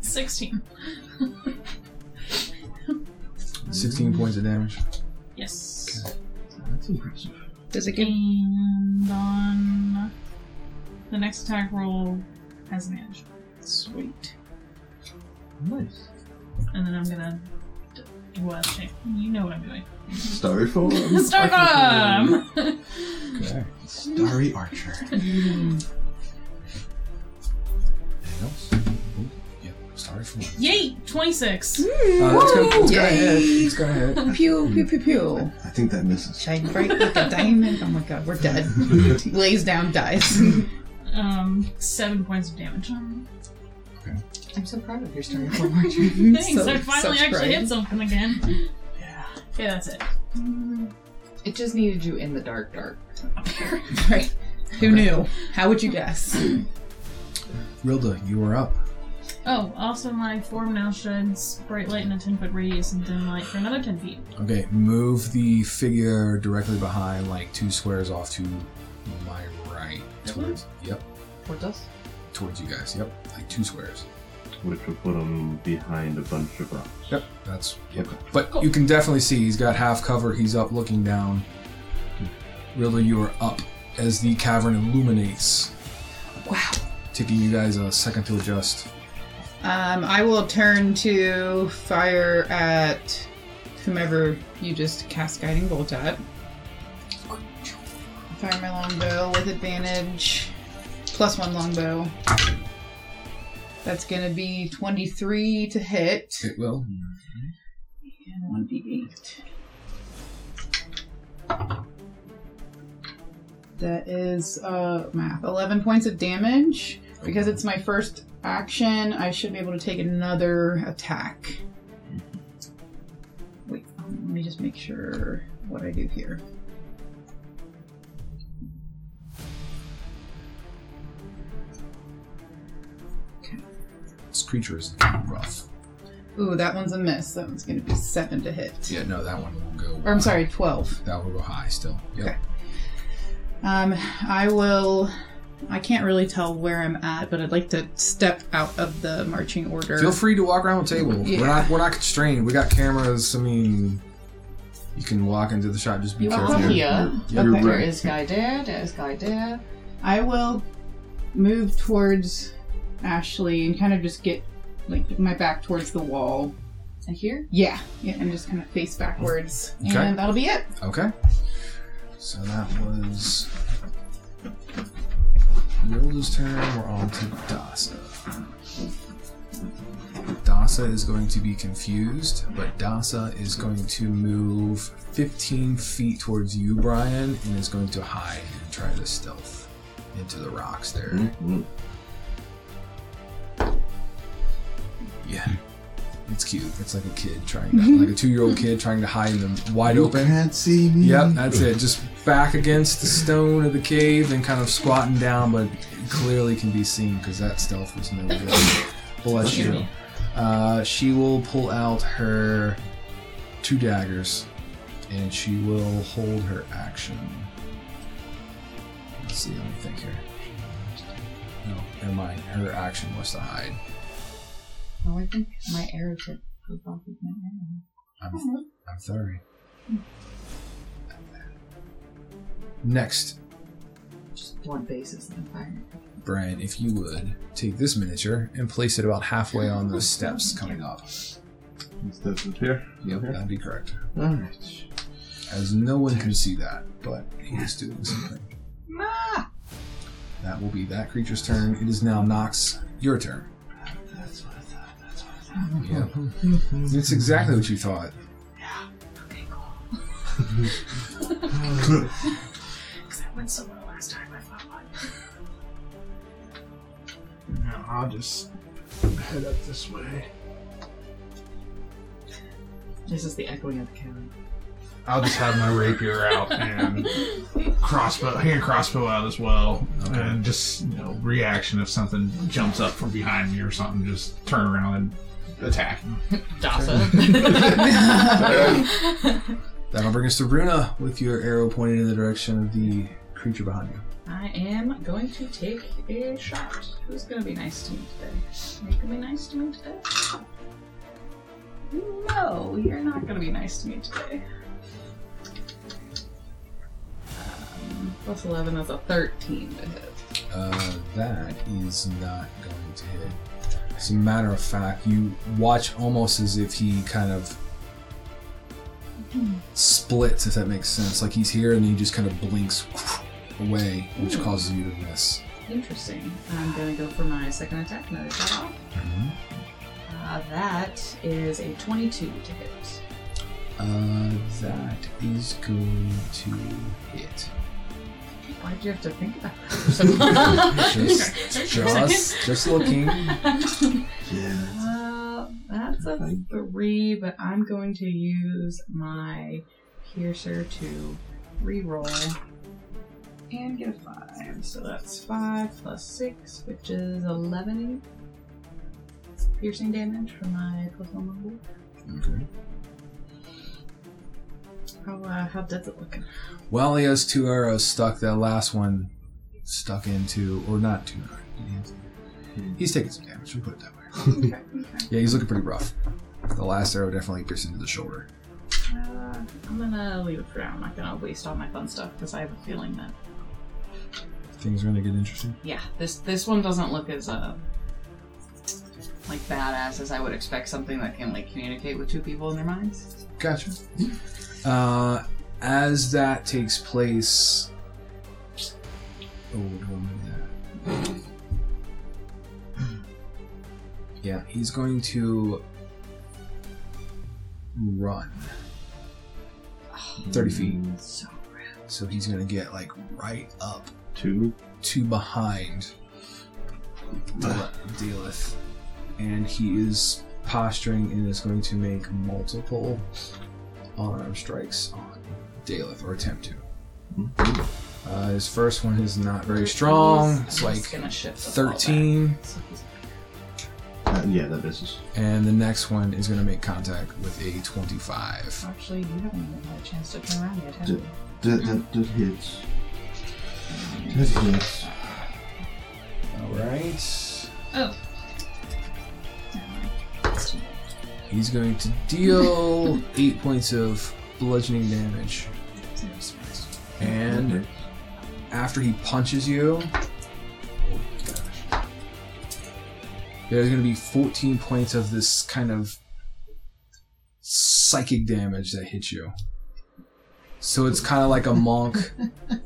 Sixteen.
16 points of damage.
Yes.
That's impressive.
Does it give?
And on the next attack roll has advantage. Sweet.
Nice.
And then I'm gonna. d- Well, shit, you know what I'm doing.
Styrofoam.
Star bomb.
Okay. Starry Archer. Anything else? Ooh, Yeah, Starry Form.
Yay! Twenty-six.
Uh, that's gonna, that's gonna
Yay!
hit. It's gonna hit.
Pew pew pew pew.
I think that misses.
Shine bright like a diamond. Oh my god, we're dead. Lays down, dies.
Um, seven points of damage.
I'm so proud of your story. One more turn.
Thanks.
So-
I finally
such
actually
pride.
hit something again. Yeah. Okay, that's it.
It just needed you in the dark, dark.
Right. Who knew? How would you guess?
Rilda, you are up.
Oh, also my form now sheds bright light in a 10 foot radius and dim light for another 10 feet.
Okay, move the figure directly behind, like two squares off to my right. Towards, yep,
Towards us?
towards you guys. Yep, like two squares.
Which would put him behind a bunch of rocks.
Yep, that's yep.
Okay.
But you can definitely see he's got half cover. He's up, looking down. Rilda, you are up as the cavern illuminates.
Wow.
Taking you guys a second to adjust.
Um, I will turn to fire at whomever you just cast guiding bolt at. Fire my longbow with advantage, plus one longbow. That's gonna be twenty-three to hit
It will.
and one d eight. That is uh, math. Eleven points of damage. Because it's my first action, I should be able to take another attack. Wait, let me just make sure what I do here.
This creature is rough.
Ooh, that one's a miss. That one's going to be seven to hit.
Yeah, no, that one will go.
Or I'm sorry, twelve.
That will go high still. Yep.
Okay. Um, I will. I can't really tell where I'm at, but I'd like to step out of the marching order.
Feel free to walk around the table.
Yeah.
We're not we're not constrained. We got cameras. I mean, you can walk into the shop. Just be
You are
careful.
up
uh,
You're-
here.
you're-
Okay.
you're
There
right.
is guy there, there is guy there.
I will move towards Ashley and kind of just get like my back towards the wall.
And here?
Yeah, yeah, and just kind of face backwards,
Okay.
and that'll be it.
Okay. So that was Yilda's turn. We're on to Dasa. Dasa is going to be confused, but Dasa is going to move 15 feet towards you, Brian, and is going to hide and try to stealth into the rocks there.
Mhm.
Yeah. It's cute. It's like a kid trying to, like a two year old kid trying to hide in the wide open.
Can't see me.
Yep, that's it. Just back against the stone of the cave and kind of squatting down, but clearly can be seen because that stealth was no good. Bless you. Uh, she will pull out her two daggers and she will hold her action. Let's see, let me think here. No, never mind. Her action was to hide.
Oh, I think my arrow tip goes off with my arrow.
I'm, I'm sorry. Next,
Just one basis and fire.
Brian, if you would take this miniature and place it about halfway on those steps coming up.
Steps up here.
Yep, that'd be correct.
All right.
As no one can see that, but he is doing something. That will be that creature's turn. It is now Nox, your turn.
That's what I thought. That's what I thought.
Yep. That's exactly what you thought.
Because I went so well last time I fought one.
Now I'll just head up this way.
This is the echoing of the cannon.
I'll just have my rapier out and crossbow, hand crossbow out as well,
Okay.
and just you know reaction if something jumps up from behind me or something, just turn around and attack.
Dasa.
That'll bring us to Runa with your arrow pointed in the direction of the creature behind you.
I am going to take a shot. Who's going to be nice to me today? Are you going to be nice to me today? No, you're not going to be nice to me today. Um, plus 11 is a 13 to hit.
Uh, that is not going to hit. As a matter of fact, you watch almost as if he kind of splits, if that makes sense. Like he's here and he just kind of blinks away, which causes you to miss.
Interesting. I'm going to go for my second attack. Another shot off. Uh, that is a 22 to hit.
Uh, that is going to hit.
Why did you have to think about that?
Just, just, just looking.
Yeah.
Uh, that's a three, but I'm going to use my piercer to reroll and get a five. So that's five plus six, which is eleven piercing damage for my plus one level.
Okay.
How uh, how does it look?
Well, he has two arrows stuck. That last one stuck into, or not two arrows. He's taking some damage. We put it that way.
okay, okay.
Yeah, he's looking pretty rough. The last arrow definitely pierced into the shoulder.
Uh, I'm gonna leave it for now. I'm not gonna waste all my fun stuff because I have a feeling that
Things are gonna get interesting.
Yeah, this this one doesn't look as uh like badass as I would expect something that can like communicate with two people in their minds.
Gotcha. Uh, as that takes place, oh, don't do that. Yeah, he's going to run thirty feet.
So
So he's gonna get like right up
Two.
to behind Del- Delith, and he is posturing and is going to make multiple unarmed strikes on Daleth or attempt to. Uh, his first one is not very strong. It's
I'm
like
just gonna shift the ball back.
13,
So he's-
Uh, yeah, that misses.
and the next one is going to make contact with a 25.
Actually, you haven't even had a chance to turn around yet, have
Do-
you?
That, that, that hits. That hits.
All right.
Let's do
He's going to deal eight points of bludgeoning damage.
that.
And after he punches you, oh gosh, there's going to be 14 points of this kind of psychic damage that hits you. So it's kind of like a monk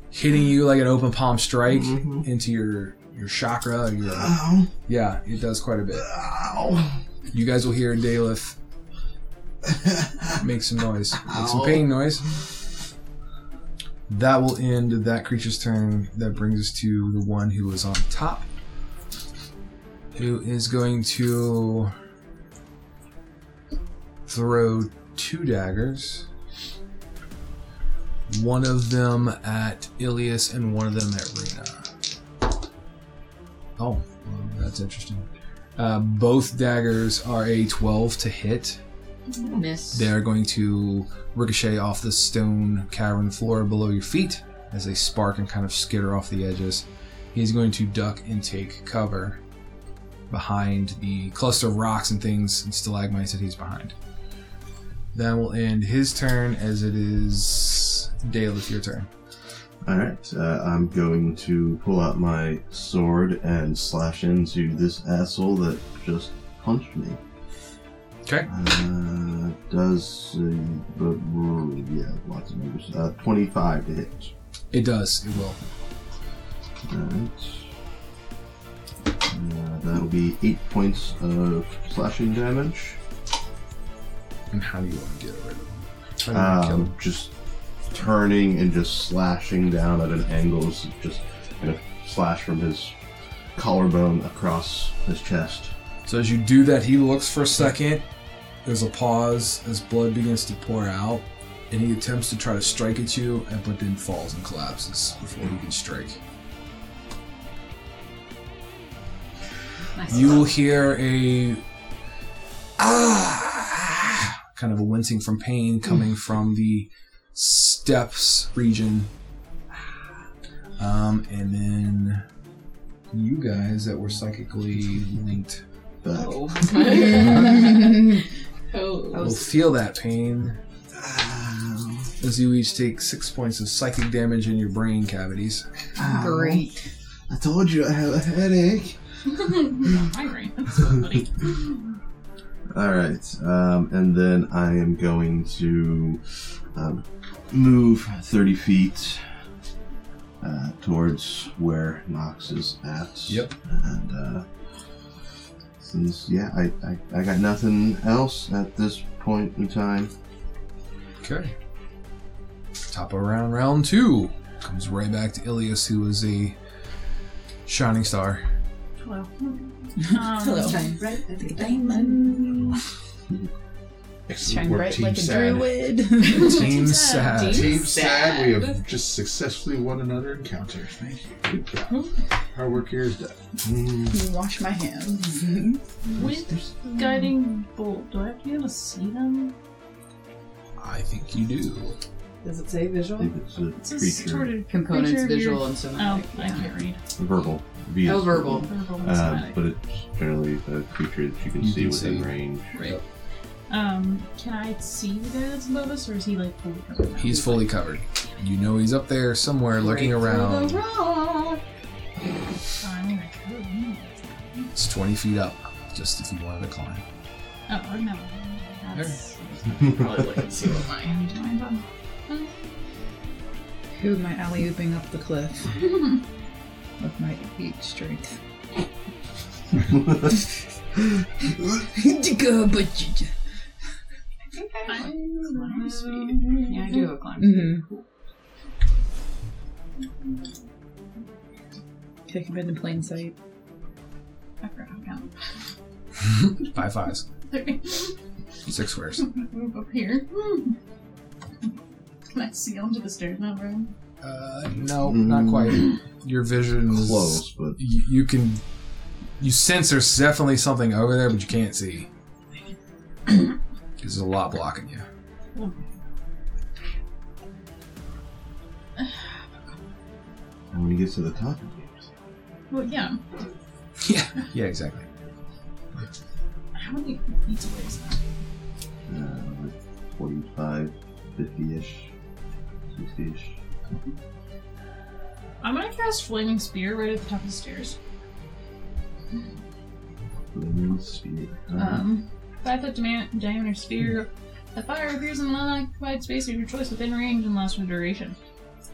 hitting you like an open palm strike
Mhm.
into your your chakra. or Your,
Ow.
yeah, it does quite a bit.
Ow.
You guys will hear Daleth make some noise, make some
Ow.
pain noise. That will end that creature's turn. That brings us to the one who is on top, who is going to throw two daggers. One of them at Ilias and one of them at Rena. Oh, well, that's interesting. Uh, both daggers are a 12 to hit.
miss.
They are going to ricochet off the stone cavern floor below your feet as they spark and kind of skitter off the edges. He's going to duck and take cover behind the cluster of rocks and things and stalagmites that he's behind. That will end his turn as it is Dale, it's your turn.
All right, uh, I'm going to pull out my sword and slash into this asshole that just punched me.
Okay.
Uh, does uh, but, yeah, lots of numbers. Uh, Twenty-five to hit.
It does, it will.
All right. Uh, that'll be eight points of slashing damage.
And how do you want to get rid of him? How do you want to kill
Um,
him?
just turning and just slashing down at an angle, is just gonna slash from his collarbone across his chest.
So as you do that, he looks for a second. There's a pause as blood begins to pour out, and he attempts to try to strike at you, and but then falls and collapses before he can strike.
Nice.
You will hear a ah kind of a wincing from pain coming from the steps region. Um, and then you guys that were psychically linked
Back.
will feel that pain
Um,
as you each take six points of psychic damage in your brain cavities.
Great.
I told you I have a headache.
Migraine. That's so funny.
All right, um, and then I am going to um, move thirty feet uh, towards where Knox is at.
Yep.
And uh, since yeah, I, I I got nothing else at this point in time.
Okay. Top of round round two comes right back to Ilias, who is a shining star.
Hello.
Hello.
Um,
Diamond. Shine bright like a druid.
Team Sad.
Team sad. We have just successfully won another encounter. Thank you. Good job. Our work here is done. Mm.
Wash my hands.
With guiding bolt, do I have to be able to see them?
I think you do.
Does it say
I
visual?
think it's a
It's a
creature,
distorted.
Components,
Picture of
visual,
your-
and
Oh,
somatic.
I can't read.
verbal. V
Oh,
is
verbal.
Verbal and
Um,
somatic.
but it's generally a creature that you can
You
see
can
within
see.
range.
Right. Um, can I see the guy that's above us, or is he like fully covered?
He's fully covered. You know he's up there somewhere looking
Break through the
around.
rock.
I'm gonna go. in.
It's 20 feet up, just if you wanted to climb.
Oh no, that's
Probably look and see what
I
mine-
am doing them.
Who am I alley ooping up the cliff? With my eight strength. mm-hmm.
I think I have climb speed.
Yeah, I do have a climb.
Take him into plain sight.
I forgot how to count.
Five fives,
Let me
six squares.
Move up here. Can I see onto the stairs now, bro?
Uh, no, not quite. Your vision is
Close, but
You, you can, you sense there's definitely something over there, but you can't see. 'Cause There's a lot blocking you.
when he gets to the top, of it,
Well, yeah.
Yeah. Yeah, exactly.
How many feet away is that?
uh, like 45, 50 ish, 60 ish.
I'm gonna cast Flaming Spear right at the top of the stairs.
Flaming spear.
Um, five foot diam- diameter sphere. The fire appears in an unoccupied space of your choice within range and lasts for duration.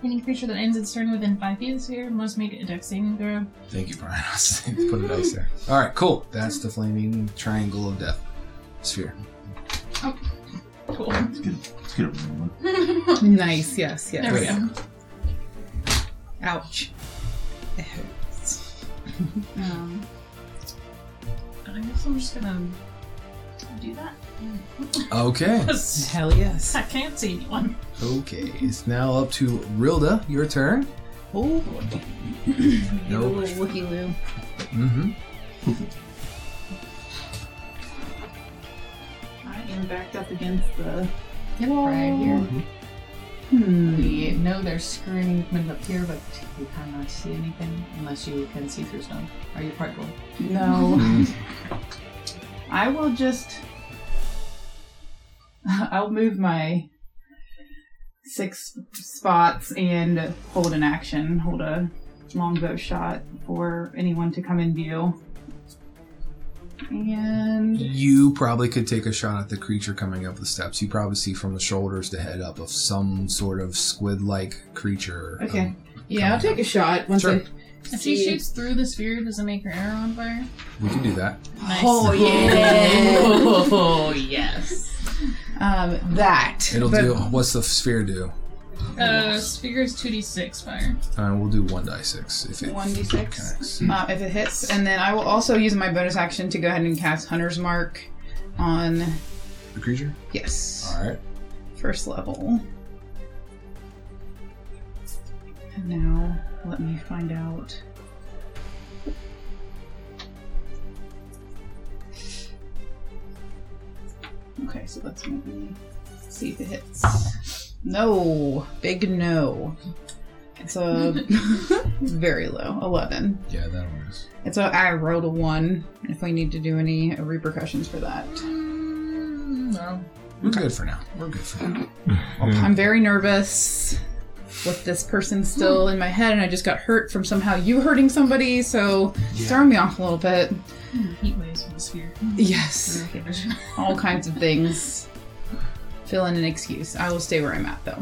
Any creature that ends its turn within five feet of the sphere must make a dex saving throw.
Thank you, Brian. I was thinking to Put a dice there. All right, cool. That's the flaming triangle of death sphere.
Cool.
Let's get a real one.
Nice, yes, yes.
There we go.
Ouch. It hurts.
Um, I guess I'm just gonna do that
Okay.
because
Hell yes.
I can't see anyone.
Okay. It's now up to Rilda. Your turn.
Oh boy.
No.
Wookie Loo.
Mm-hmm.
I am backed up against the.
Yep, right here.
Hmm.
We know there's screwing movement up here, but you cannot see anything unless you can see through stone. Are you part one?
No. I will just. I'll move my six spots and hold an action, hold a longbow shot for anyone to come in view. And
You probably could take a shot at the creature coming up the steps. You probably see from the shoulders to head up of some sort of squid-like creature.
Okay.
Um,
Yeah, I'll take a shot once
Sure.
I
if she shoots through the sphere, does it make her arrow on fire?
we can do that.
Nice.
Oh yeah.
Oh, yes.
um that.
It'll
But-
do. What's the sphere do?
Uh, sphere is 2d6 fire.
Uh, we'll do one die six if it
1d6.
connects.
uh, if it hits, and then I will also use my bonus action to go ahead and cast Hunter's Mark on
The creature.
yes
All right.
first level. And now let me find out. Okay, so that's gonna be see if it hits. No, big no. It's a it's very low, eleven.
Yeah, that one is.
And so I rolled a one. If we need to do any repercussions for that,
Mm, no. We're good for now. We're good for now.
I'm very nervous with this person still in my head, and I just got hurt from somehow you hurting somebody, so it's throwing me off a little bit.
Heat waves from the sphere.
Yes,
Okay.
all kinds of things. Fill in an excuse. I will stay where I'm at though.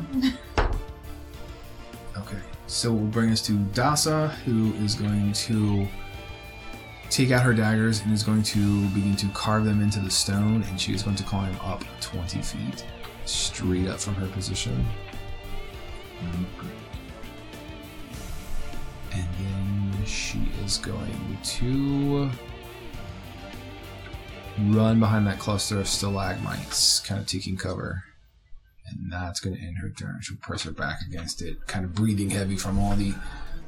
Okay. So we'll bring us to Dasa, who is going to take out her daggers and is going to begin to carve them into the stone, and she is going to climb up 20 feet straight up from her position. Mm, And then she is going to run behind that cluster of stalagmites, kind of taking cover. And that's going to end her turn. She'll press her back against it, kind of breathing heavy from all the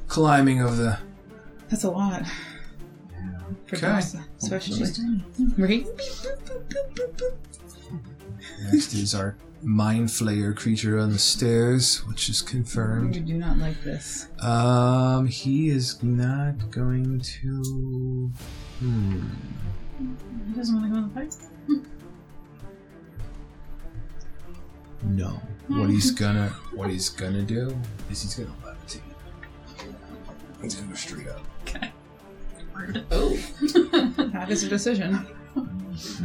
climbing of the.
That's a lot. For
Okay.
Dasa, especially. Right?
Next is our mind flayer creature on the stairs, which is
We
confirmed.
do not like this.
Um, he is not going to. Hmm.
He doesn't want to go in the fight.
No. What he's gonna what he's gonna do is he's gonna levitate. He's gonna go straight up.
That is a decision.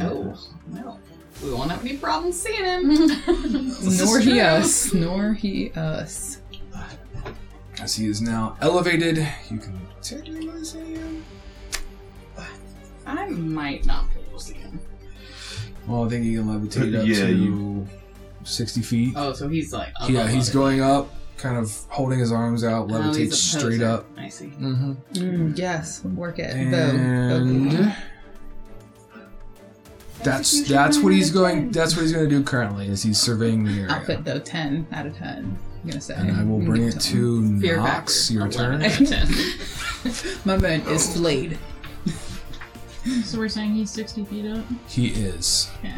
Oh, no. We won't have any problem seeing him.
Nor he us. Nor he us.
As he is now elevated, you can technically see him.
I might not be able to see him.
Well, I think he can levitate up
Yeah,
to
you-
sixty feet.
Oh, so he's like. up
yeah,
above
he's
it.
going up, kind of holding his arms out,
Oh,
levitates
he's a
straight
poser.
up.
I see.
Mm-hmm.
Mm, yes, work it.
And
Vogue.
that's that's what he's going. That's what he's going to do currently. Is he's surveying the area.
I'll put though ten out of ten. I'm gonna say.
And I will
I'm
bring
gonna
it
tell him.
to
Fear
Knox. Your turn.
My mind is flayed.
So we're saying he's 60 feet up?
He is.
Okay.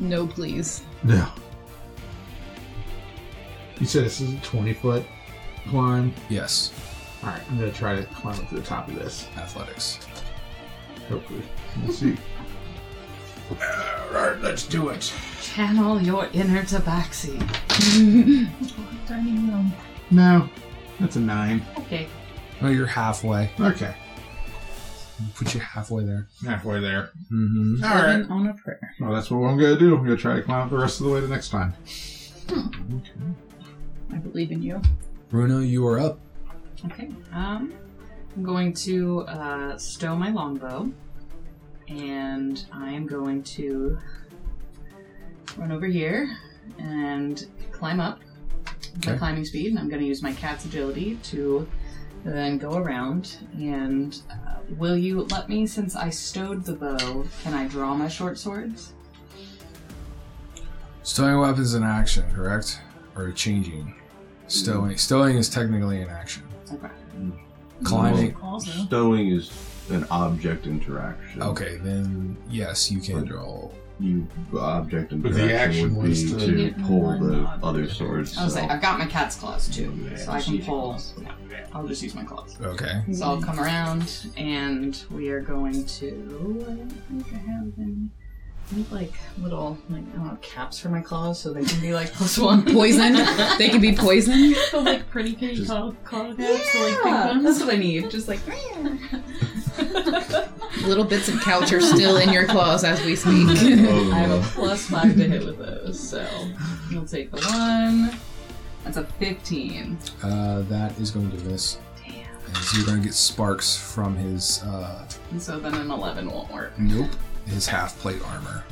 No, please.
No. You said this is a 20 foot climb.
Yes.
Alright, I'm gonna try to climb up to the top of this.
Athletics.
Hopefully. We'll see. Alright, let's do it.
Channel your inner tabaxi.
Tiny little.
No. That's a nine.
Okay.
No, you're halfway.
Okay.
Put you halfway there.
Halfway there.
Mm-hmm.
Alright.
Living on a prayer.
Well, that's what I'm gonna do. I'm gonna try to climb up the rest of the way the next time.
I believe in you.
Bruno, you are up.
Okay. Um, I'm going to uh, stow my longbow, and I am going to run over here and climb up my
Okay.
climbing speed. And I'm going to use my cat's agility to then go around. And uh, will you let me, since I stowed the bow, can I draw my short swords?
Stowing weapons in action, correct? Or changing? Stowing. Stowing is technically an action.
Okay.
Climbing.
Also.
Stowing is an object interaction.
Okay, then yes, you can
But-
roll.
You object
the
interaction
action
would
was
be
to-
to,
Yeah.
pull the other swords.
I was
so-
like, I've got my cat's claws too, so I can
Yeah.
pull. Yeah, I'll just use my claws.
Okay.
So I'll come around, and we are going to. I don't think I have any. I need like little like I don't know caps for my claws, so they can be like plus one.
Poison. they can be poisoned.
So, like, pretty kitty
Just-
claw, claw
Yeah,
caps, so, like, big ones.
that's what I need. Just like.
Little bits of couch are still in your claws as we speak.
Oh,
I have a plus five to hit with those, so we'll take the one. That's a fifteen.
Uh, that is going to miss. And so you're going to get sparks from his, uh,
And so then an eleven won't work.
nope, his half plate armor.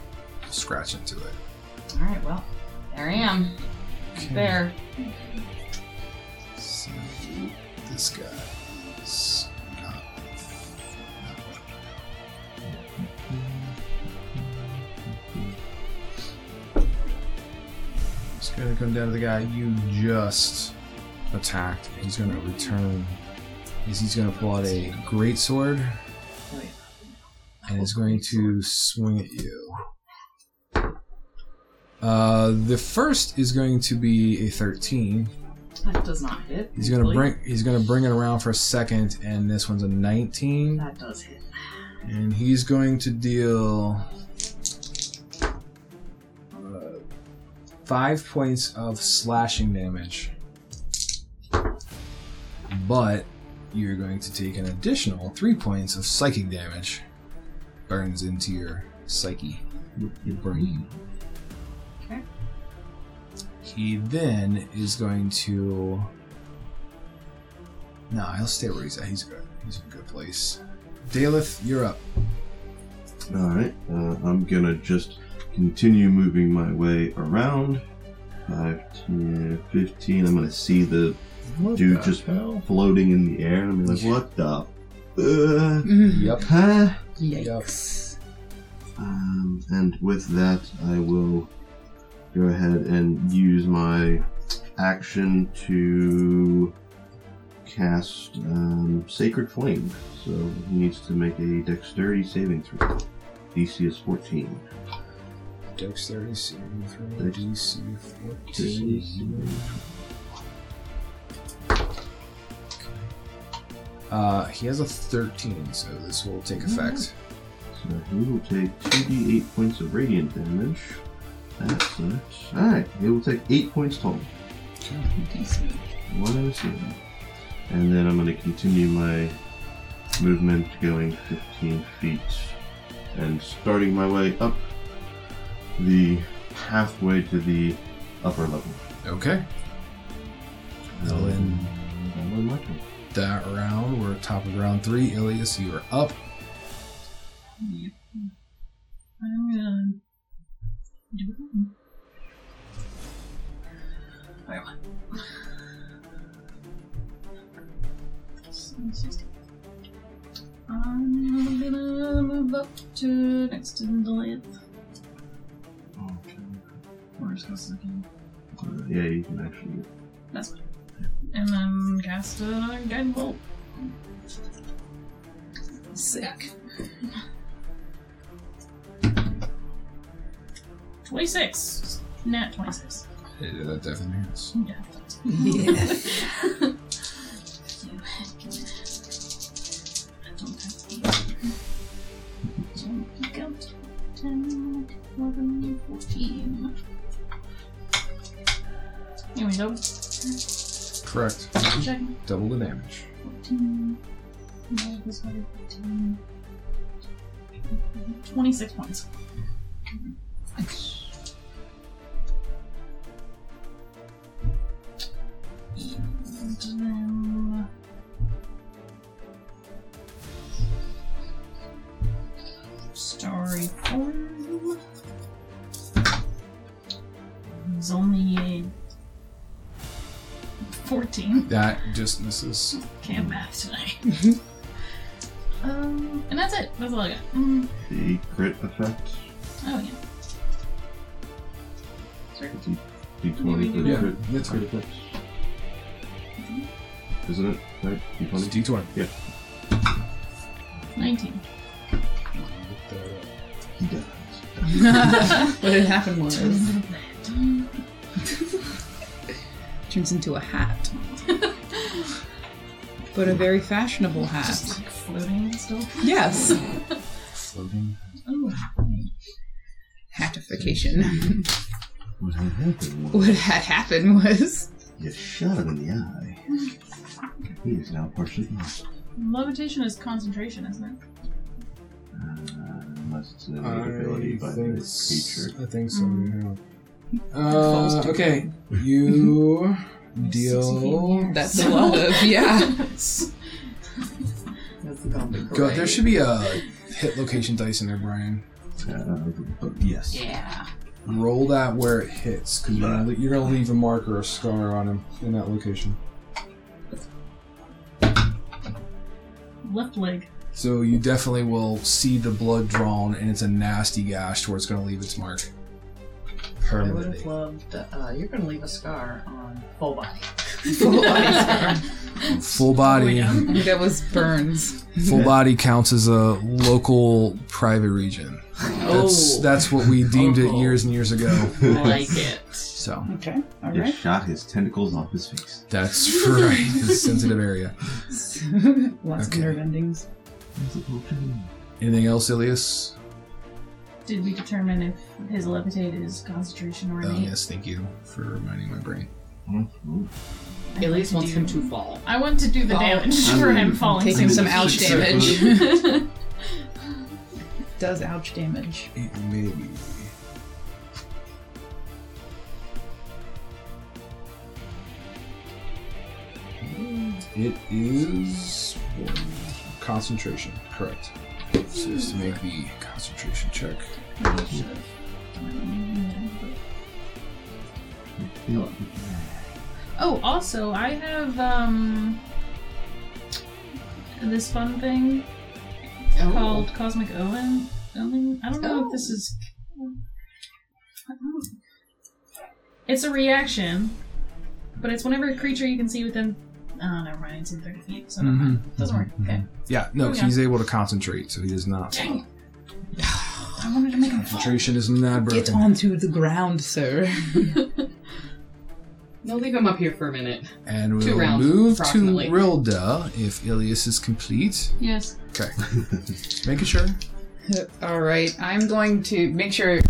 Scratch into it.
All right, well, there I am.
Okay.
There.
So this guy is not. not He's gonna come down to the guy you just attacked. He's gonna return. Is he's gonna pull out a great sword and is going to swing at you. Uh, the first is going to be a 13.
That does not hit.
He's gonna
thankfully.
bring he's gonna bring it around for a second, and this one's a 19.
That does hit.
And he's going to deal uh, five points of slashing damage. But you're going to take an additional three points of psychic damage. Burns into your psyche, your- your brain.
Okay.
He then is going to. No, he'll stay where he's at. He's good. He's in a good place. Daleth, you're up.
All right, uh, I'm gonna just continue moving my way around. 5, 10, 15. I'm gonna see the
What
Dude
the
just-
hell?
floating in the air, and I'm like, what the?
Mm,
Yep.
Uh, huh?
yikes.
Um, and with that, I will go ahead and use my action to cast um, Sacred Flame. So he needs to make a Dexterity saving throw. DC is 14.
Dexterity saving throw,
Dex-
DC
Dexterity
14.
saving
Uh, he has a 13, so this will take effect.
So he will take 2d8 points of radiant damage. That's it. Alright, he will take 8 points total. One and a seven. And then I'm going to continue my movement going 15 feet and starting my way up the halfway to the upper level.
Okay. Well, in
All in my turn.
that round, we're top of round three. Ilias, you are up.
I'm gonna do it. Wait, what? I'm gonna move up to next to the length. Where's the second?
Uh, yeah, you can actually.
That's fine. And then cast another guiding bolt. Sick. Twenty-six. Nat twenty-six.
Yeah, that definitely hurts.
Yeah.
Yeah.
So we got 10, 11, 14. Here we go.
Correct.
Check.
Double the damage.
14. No, this one is 14. 26 points. And then- Starry form. It's only a 14.
That just misses.
Can't math tonight. um, and that's it. That's all I got. Mm.
The crit effect.
Oh yeah.
D- D20 for the
Yeah,
crit.
that's
crit effect. Isn't it? Right?
It's
D20?
D20.
Nineteen.
He dies.
what had happened was turns into a hat, but a very fashionable hat.
Just like floating still.
Yes, Oh,
Floating.
Ooh.
hatification.
What had happened was
what had happened was
you shot him in the eye. He is now partially lost.
Levitation is concentration, isn't it?
Uh, unless it's an ability by the creature.
I think so.
Mm.
yeah.
falls
Uh,
to
okay, you
Sixty feet in the
deal.
air.
that's a lot of yeah.
That's gonna be
God, there
great.
should be a hit location dice in there, Brian.
Uh, but yes.
Yeah.
Roll that where it hits, because you're, gonna le- you're gonna leave a mark or a scar on him in that location.
Left leg.
So you definitely will see the blood drawn, and it's a nasty gash to where it's gonna leave its mark
I would have
permanently.
loved. Uh, you're gonna leave a scar on full body.
Full body.
Full body.
that was Burns.
Full body counts as a local private region. That's
Oh.
that's what we deemed it
Oh.
years and years ago.
like it.
So
Okay. All
You
right.
shot his tentacles off his face.
that's right. It's a sensitive area.
Lots
Okay.
of nerve endings.
Anything else, Ilias?
Did we determine if his levitate is concentration or
Oh,
innate?
yes, thank you for reminding my brain.
Mhm.
I
Elias
want
wants
to
him
do-
to fall.
I want to do the
Fall.
damage
I'm
for him falling.
Taking
six
some
feet.
ouch damage.
damage.
Does ouch damage.
It may be. Hmm, It is concentration, correct? So just to make the concentration check.
oh, also, I have um this fun thing called Cosmic Oven. I don't, think- I don't know if this is. It's a reaction, but it's whenever a creature you can see within. Oh, never mind. It's in 30 feet, so never mind. doesn't work. Okay.
Yeah, no,
Yeah.
he's able to concentrate, so he does not.
Dang. I wanted to make him fall.
Concentration is not
Get
broken.
onto the ground, sir.
No, leave him up here for a minute.
And
Two
we'll
rounds,
move to
approximately.
Rilda if Ilias is complete.
Yes.
Okay. Making sure.
All right. I'm going to make sure.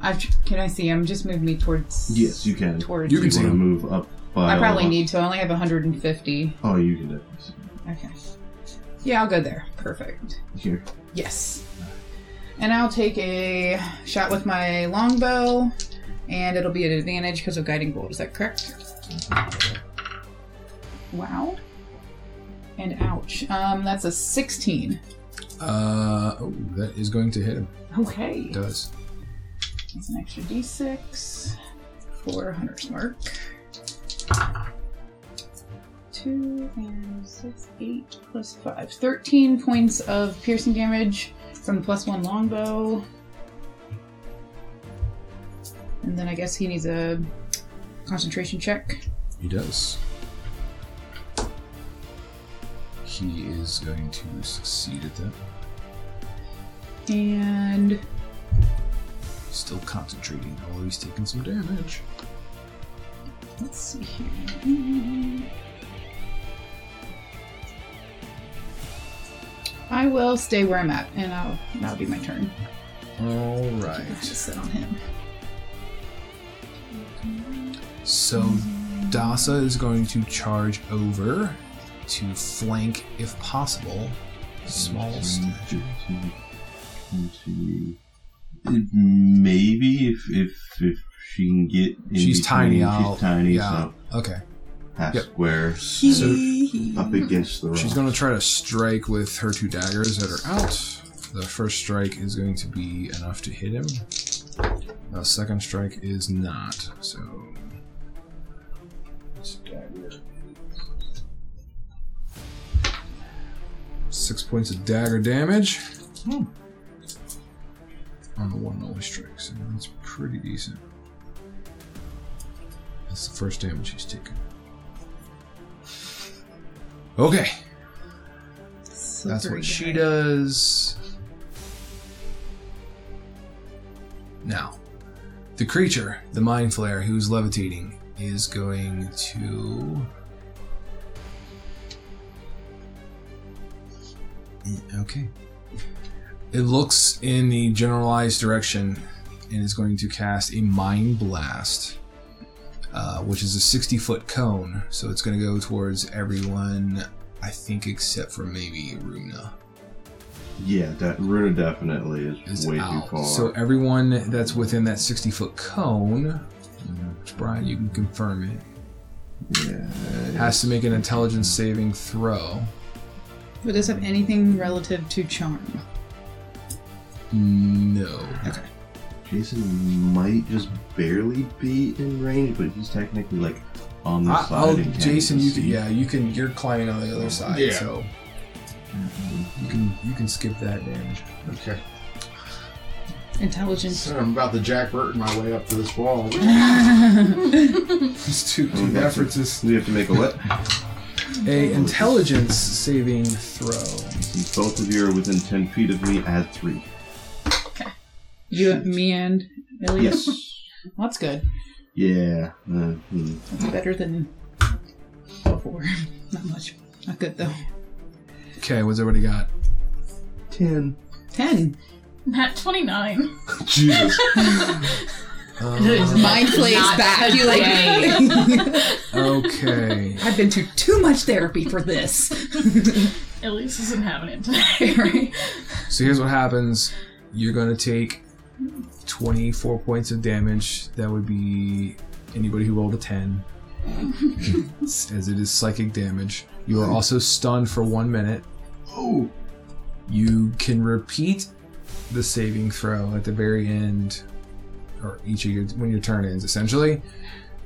I've, can I see him? Just move me towards.
Yes, you can.
Towards.
You
You
can
want
see
to
him.
move up by.
I
all
probably
of-
need to. I only have 150.
Oh, you can definitely see him.
Okay. Yeah, I'll go there. Perfect.
Here.
Yes. And I'll take a shot with my longbow, and it'll be an advantage because of guiding bolt. Is that correct? Wow. And ouch. Um, that's a 16.
Uh, oh, that is going to hit him.
Okay.
It does.
That's an extra d6 for Hunter's Mark. Two and six, eight plus five. Thirteen points of piercing damage from the plus one longbow. And then I guess he needs a concentration check.
He does. He is going to succeed at that.
And
He's still concentrating, although he's taking some damage.
Let's see here. I will stay where I'm at, and I'll that'll be my turn.
All
I have to
right.
sit on him.
So Dasa is going to charge over to flank, if possible, small statue.
Into- Maybe if if if she can get. In
She's tiny,
between,
I'll-
She's tiny,
yeah.
so
Okay.
half
Yep.
square
So
up against the rock.
she's going to try to strike with her two daggers that are out. The first strike is going to be enough to hit him. The second strike is not. So this dagger is- six points of dagger damage on the one and only strike. So that's pretty decent. That's the first damage he's taken. Okay. That's what she does. Now, the creature, the mind flare who's levitating, is going to. Mm, Okay. It looks in the generalized direction and is going to cast a mind blast, uh, which is a 60 foot cone. So it's going to go towards everyone I think except for maybe Runa
Yeah, that Runa definitely is,
is
way
out.
too far.
So everyone that's within that 60 foot cone, which Brian, you can confirm it,
yeah,
has to make an intelligence saving throw.
But does have anything relative to charm?
No.
Jason might just barely be in range, but he's technically like on the
I,
side.
I'll,
and can't
Jason,
even
you can
see.
yeah, you can. You're climbing on the other side,
Yeah.
so
Mm-hmm.
you can you can skip that damage.
Okay.
Intelligence.
So I'm about to Jack Burton my way up to this wall.
It's two, two
Okay.
efforts is
You have to make a what?
a intelligence saving throw.
Since both of you are within 10 feet of me, add three.
You, me, and Elliot.
Yes.
That's good.
Yeah. Uh, hmm.
That's better than before. Not much. Not good though.
Okay, what's everybody got?
Ten.
Ten.
Nat 29.
Jesus.
Um,
Mind plays back. You like?
okay.
I've been to too much therapy for this.
Elise isn't having it today, right?
So here's what happens. You're gonna take 24 points of damage. That would be anybody who rolled a 10, as it is psychic damage. You are also stunned for one minute.
Oh,
You can repeat the saving throw at the very end, or each of your when your turn ends, essentially.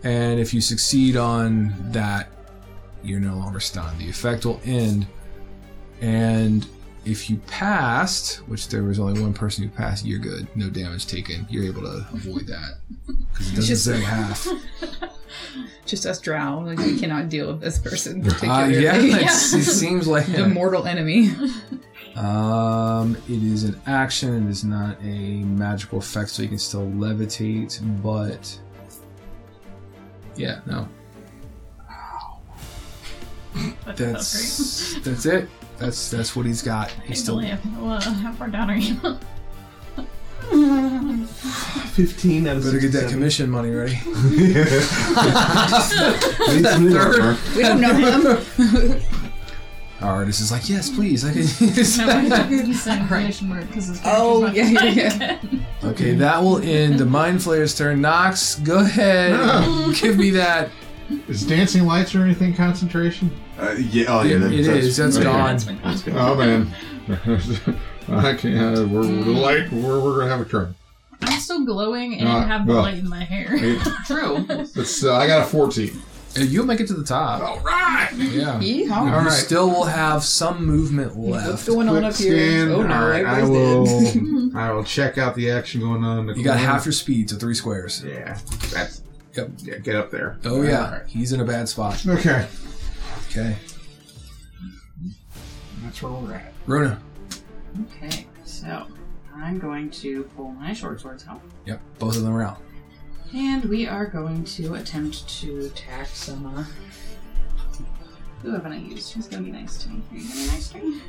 And if you succeed on that, you're no longer stunned. The effect will end. And if you passed, which there was only one person who passed, you're good. No damage taken. You're able to avoid that because it doesn't
Just-
say half.
Just us drow. Like we cannot deal with this person
Uh,
particularly.
yeah, it's- it seems like
The mortal enemy.
Um, it is an action. It is not a magical effect, so you can still levitate. But yeah, no,
That's, great.
that's that's it. That's that's what he's got. He's still
Hey, Delia, well, how far down are you?
15 out of
better get that
67.
commission money ready.
Need some new
Third.
armor.
We don't know him.
Artist is like, yes, please. I can.
No, I think he's saying condition word because his
Oh yeah,
character's
yeah, yeah.
okay, that will end the mind flayer's turn. Knox, go ahead, give me that.
is dancing lights or anything concentration?
Uh, yeah, oh, yeah.
It-
That,
it
that's,
is, that's
okay.
gone.
not-
That's gone.
Oh man, I can't. Uh, we're we're light. We're, we're gonna have a turn.
I'm still glowing and
Ah,
have the
well.
light in my hair.
Hey,
True.
It's, uh, I got a fourteen.
Uh, You'll make it to the top.
All right.
Yeah.
Yeehaw.
You
right.
still will have some movement
What's
left.
going on
Quick
up here?
stand.
Oh no,
All right, I
everybody's dead.
will. I will check out the action going on. In the
You got
corner.
half your speed, so three squares.
Yeah. That's.
Yep.
Yeah, get up there.
Oh yeah,
All right.
he's in a bad spot.
Okay.
Okay,
That's where we're at.
Runa.
Okay, so I'm going to pull my short swords out.
Yep, both of them are out.
And we are going to attempt to attack some. Uh, who haven't I used? Who's going to be nice to me? Are you going to be nice to me?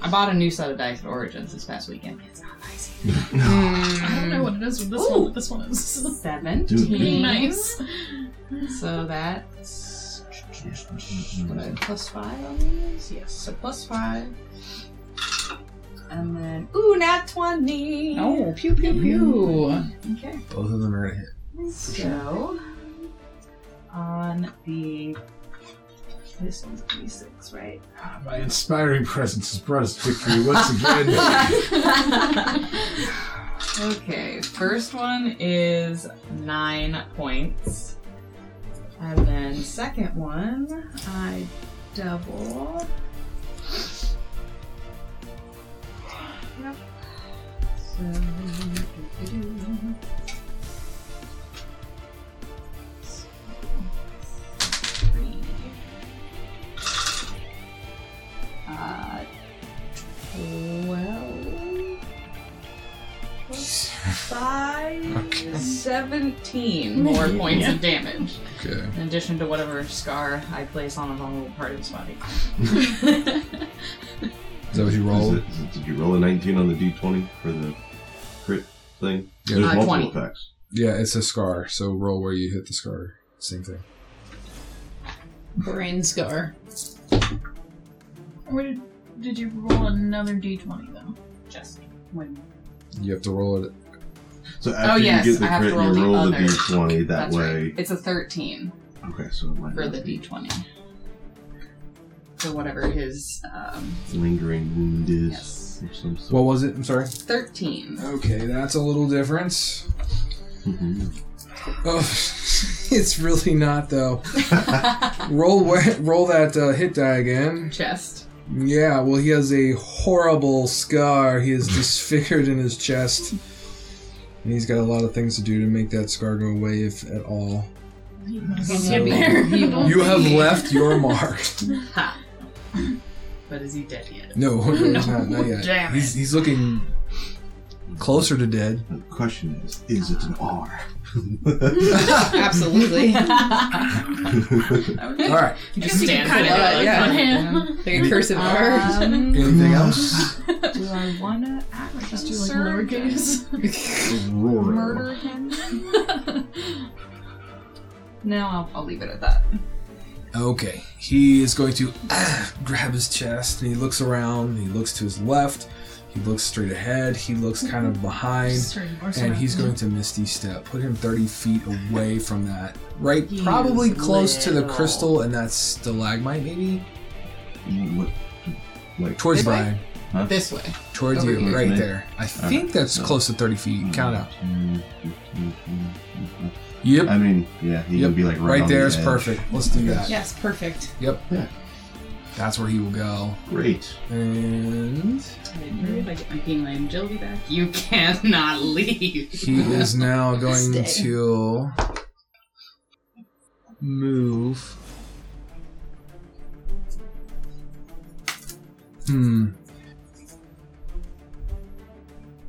I bought a new set of dice at Origins this past weekend. It's not nice.
I don't know what it is with this one, but this one is
Seventeen.
nice.
So that's what I plus five on these. Yes, so plus five. And then ooh, nat twenty.
Oh, pew pew pew.
Okay.
Both of them are gonna hit.
So, on the. This one's a d6, right?
My inspiring presence has brought us victory once again.
okay, first one is nine points. And then, second one, I double. Yep. So, do-do-do. Three. Uh, 12 plus 5 17 more points of damage
Okay.
in addition to whatever scar I place on a vulnerable part of his body.
Is that what you
Is
rolled?
it- is it- did you roll a 19 on the d20 for the crit thing?
Yeah.
There's
Uh,
multiple
20.
effects.
Yeah, it's a scar. So roll where you hit the scar. Same thing.
Brain scar.
Where did, did you roll another d20 though? Just when.
You have to roll it.
So after
Oh, yes,
you get the
I have to
crit,
roll the
you roll the
other.
d20 that
That's
way.
right. It's a 13
Okay, so it might
for
not
the
be
d20. For whatever his, um,
lingering wound is.
yes.
Of some sort.
What was it? I'm sorry.
13.
Okay, that's a little different.
Mhm.
Oh, it's really not though. roll where, roll that uh, hit die again.
Chest.
Yeah. Well, he has a horrible scar. He is disfigured in his chest. And he's got a lot of things to do to make that scar go away, if at all.
Skip here.
You have left your mark.
Oh, Ha. But is he dead yet?
No, no, he's
No,
not, not yet.
damn
he's, he's looking closer to dead.
The question is, is it an R?
Absolutely.
All right.
Just
Just
stand
stand
kind of
there.
look
Yeah.
on him.
Like a cursive R.
Um,
Anything else?
do I want to action
Just do like
surge and
lowercase.
Roar.
murder him? no, I'll, I'll leave it at that.
Okay. He is going to ah, grab his chest and he looks around. He looks to his left. He looks straight ahead. He
Mm-hmm.
looks kind of behind. And he's going to Misty Step. Put him 30 feet away from that. Right?
He
Probably
is
close to the
little.
crystal and that's stalagmite, maybe?
What- Like,
Towards
This way?
Brian.
huh?
This way.
Towards
Over
you,
here.
right
Me?
there. I think that's
No.
close to 30
mm-hmm.
feet. Count out.
out.
Yep.
I mean, yeah, he
Yep,
would be like right,
Right
on the
there is
edge.
perfect. Let's do
Okay.
that.
Yes, perfect.
That's where he will go.
Great.
And
If I get my healing and agility back, you cannot leave.
he is now going
Stay.
to move. Hmm.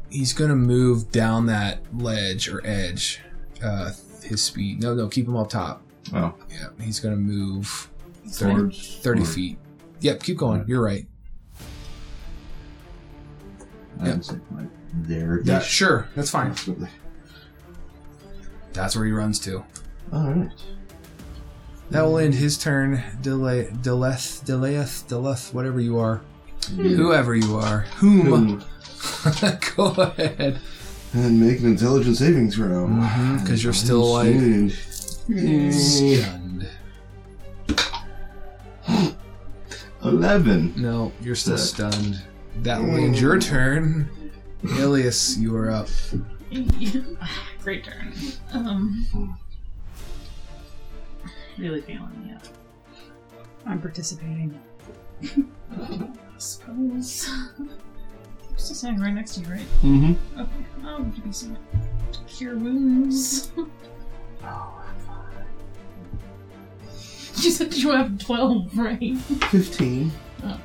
He's gonna move down that ledge or edge. Uh, his speed. No, no, keep him up top.
Oh.
Yeah, he's gonna move 30,
Towards
30
or-
feet. Yep, keep going. You're right.
I would say, like, there.
Yeah, sure. That's fine.
Absolutely.
That's where he runs to.
All right.
That will end his turn. Delay, delayeth, delayeth, delayeth, whatever you are,
Hmm.
whoever you are, whom.
Boom.
Go ahead,
And make an intelligence saving throw.
Mhm, 'cause you're still, like-
Indeed.
stunned.
Eleven.
No, you're still
Sick.
stunned. That will end your turn. Ilias, you are up.
Great turn. Um, really feeling it. I'm participating. I suppose. I'm still standing right next to you, right?
Mm-hmm.
Okay. I'll give you some cure wounds. Oh, You said you have 12, right?
Fifteen.
Okay.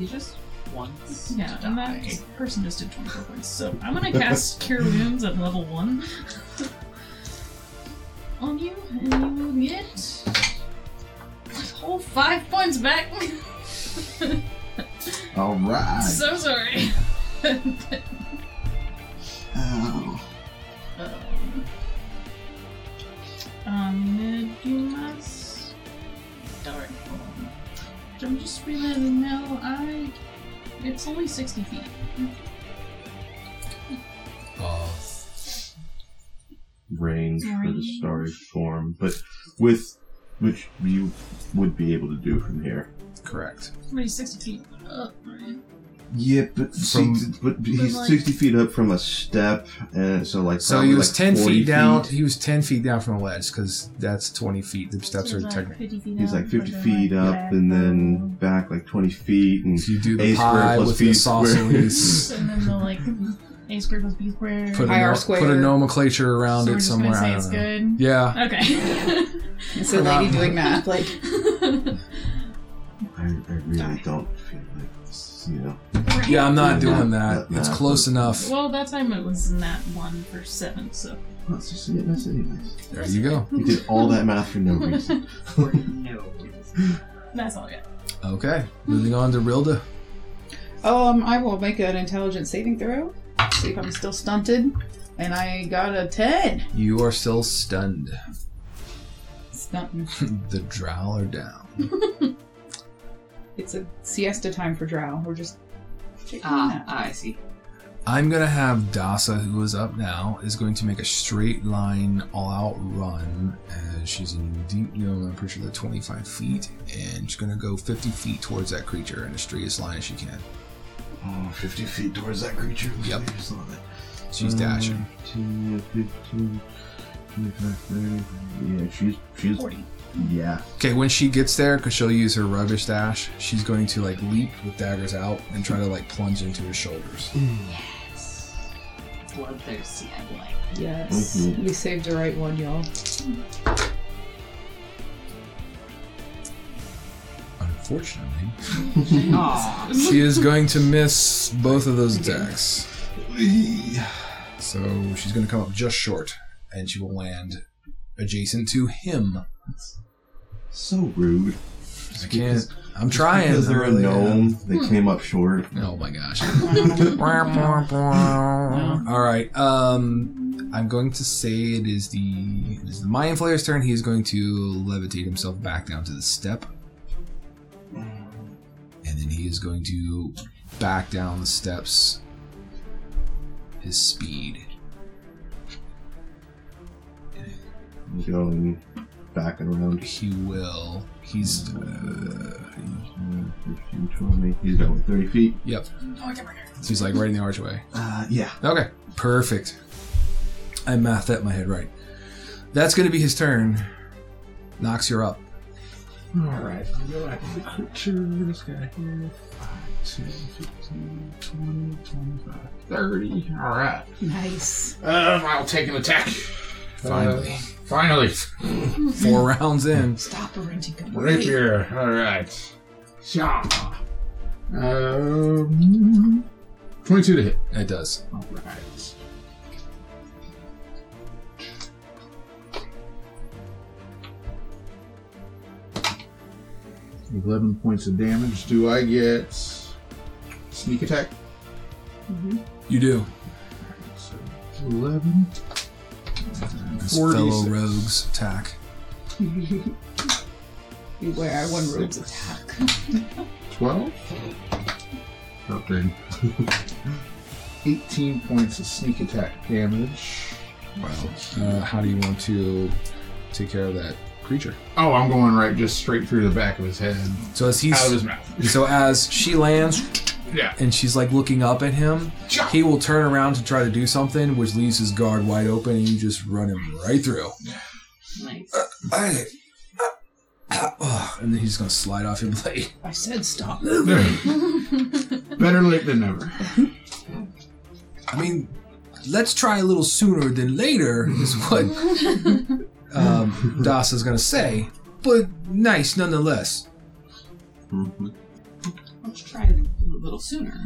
You just once.
Yeah, and that person just did 24 points. So I'm gonna cast Cure Wounds at level 1 on you, and you will get a whole 5 points back.
All right.
so sorry. Oh.
Ow.
um, I'm gonna do my. s- Darn. hold on. I'm just realizing now I. It's only 60 feet.
range for the
Range.
starry form, but with which you would be able to do from here.
Correct.
Somebody 60 feet up, right?
Yeah, but
From-
see, but he's
like-
sixty feet up from a step, and so like
So
probably
he was
like
ten
40
feet down. He was ten feet down from the ledge because that's twenty feet. The steps are
So it's like
technically.
50 feet
He's
up,
like fifty
but
feet
then,
up,
like, back
and then
down.
back like twenty feet, and
So you do the
A squared
pie
plus
with the
B squared.
saucer.
And then the like A squared plus B squared.
Put a,
IR
no-
squared.
put a nomenclature
so
around
we're
it
just
somewhere.
gonna say
I
it's
don't know.
good.
Yeah.
Okay.
It's a lady doing math. Like,
I, I really don't feel like this, you know.
Yeah, I'm not
Yeah,
doing
not-
that.
not
It's
that,
close
but-
enough.
Well, that time it was in that one for seven, so
Let's just see it. That's anyways.
There you go.
We did all that math for no reason.
For no reason.
that's all I got.
Okay. Moving on to Rilda.
um, I will make an intelligence saving throw. See if I'm still stunted. And I got a 10.
You are still stunned.
Stunting.
the drow are down.
It's a siesta time for drow. We're just. taking
Ah,
a nap.
ah, I see.
I'm gonna have Dasa, who is up now, is going to make a straight line all-out run as she's in deep gnome. I'm pretty sure they're 25 feet, and she's gonna go 50 feet towards that creature in the straightest line as she can.
Oh, 50 feet towards that creature.
Yep.
I just love it.
She's
Uh,
dashing.
10, 15, 25, 30. Yeah, she's she's
40.
yeah.
Okay, when she gets there, because she'll use her rubbish dash, she's going to like leap with daggers out and try to like plunge into his shoulders.
bloodthirsty I like.
Yes.
Mhm.
We saved the right one, y'all.
Unfortunately,
Aw.
she is going to miss both of those attacks.
Yeah.
So she's going to come up just short, and she will land adjacent to him.
So rude.
I can't. I'm trying.
Because they're
I
a
really um,
gnome, they came up short.
am. Oh my gosh. All right. Um, I'm going to say it is the it is the Mayan Flayer's turn. He is going to levitate himself back down to the step, and then he is going to back down the steps. His speed.
Going back and around.
He will. He's. Uh,
He's got what, 30 feet.
yep. So he's like right in the archway.
Uh, yeah.
Okay, perfect. I mathed that in my head right. That's going to be his turn. Knox, you're up.
Alright, I'll go after the creature. This guy here. 5, 10, 15, 20, 25, 30. Alright.
Nice.
Um, I'll take an attack.
Finally,
Uh, finally.
four rounds in.
Stop renting
Rapier. Alright. Shaw. Um, 22 to hit.
It does.
Alright. Eleven points of damage. Do I get sneak attack?
You do.
So Eleven.
His
Four
fellow
D6.
rogues attack.
Beware, one room's attack.
Twelve. Thirteen. Eighteen points of sneak attack damage.
Wow. Uh, how do you want to take care of that creature?
Oh, I'm going right just straight through the back of his head,
So as
out
he's
of his mouth.
so as she lands
Yeah.
and she's like looking up at him, he will turn around to try to do something, which leaves his guard wide open, and you just run him right through.
Nice.
I, and then he's gonna slide off your blade.
I said stop.
Better late than never.
I mean, let's try a little sooner than later, is what um, Das is going to say. But nice nonetheless.
Let's try it a little sooner.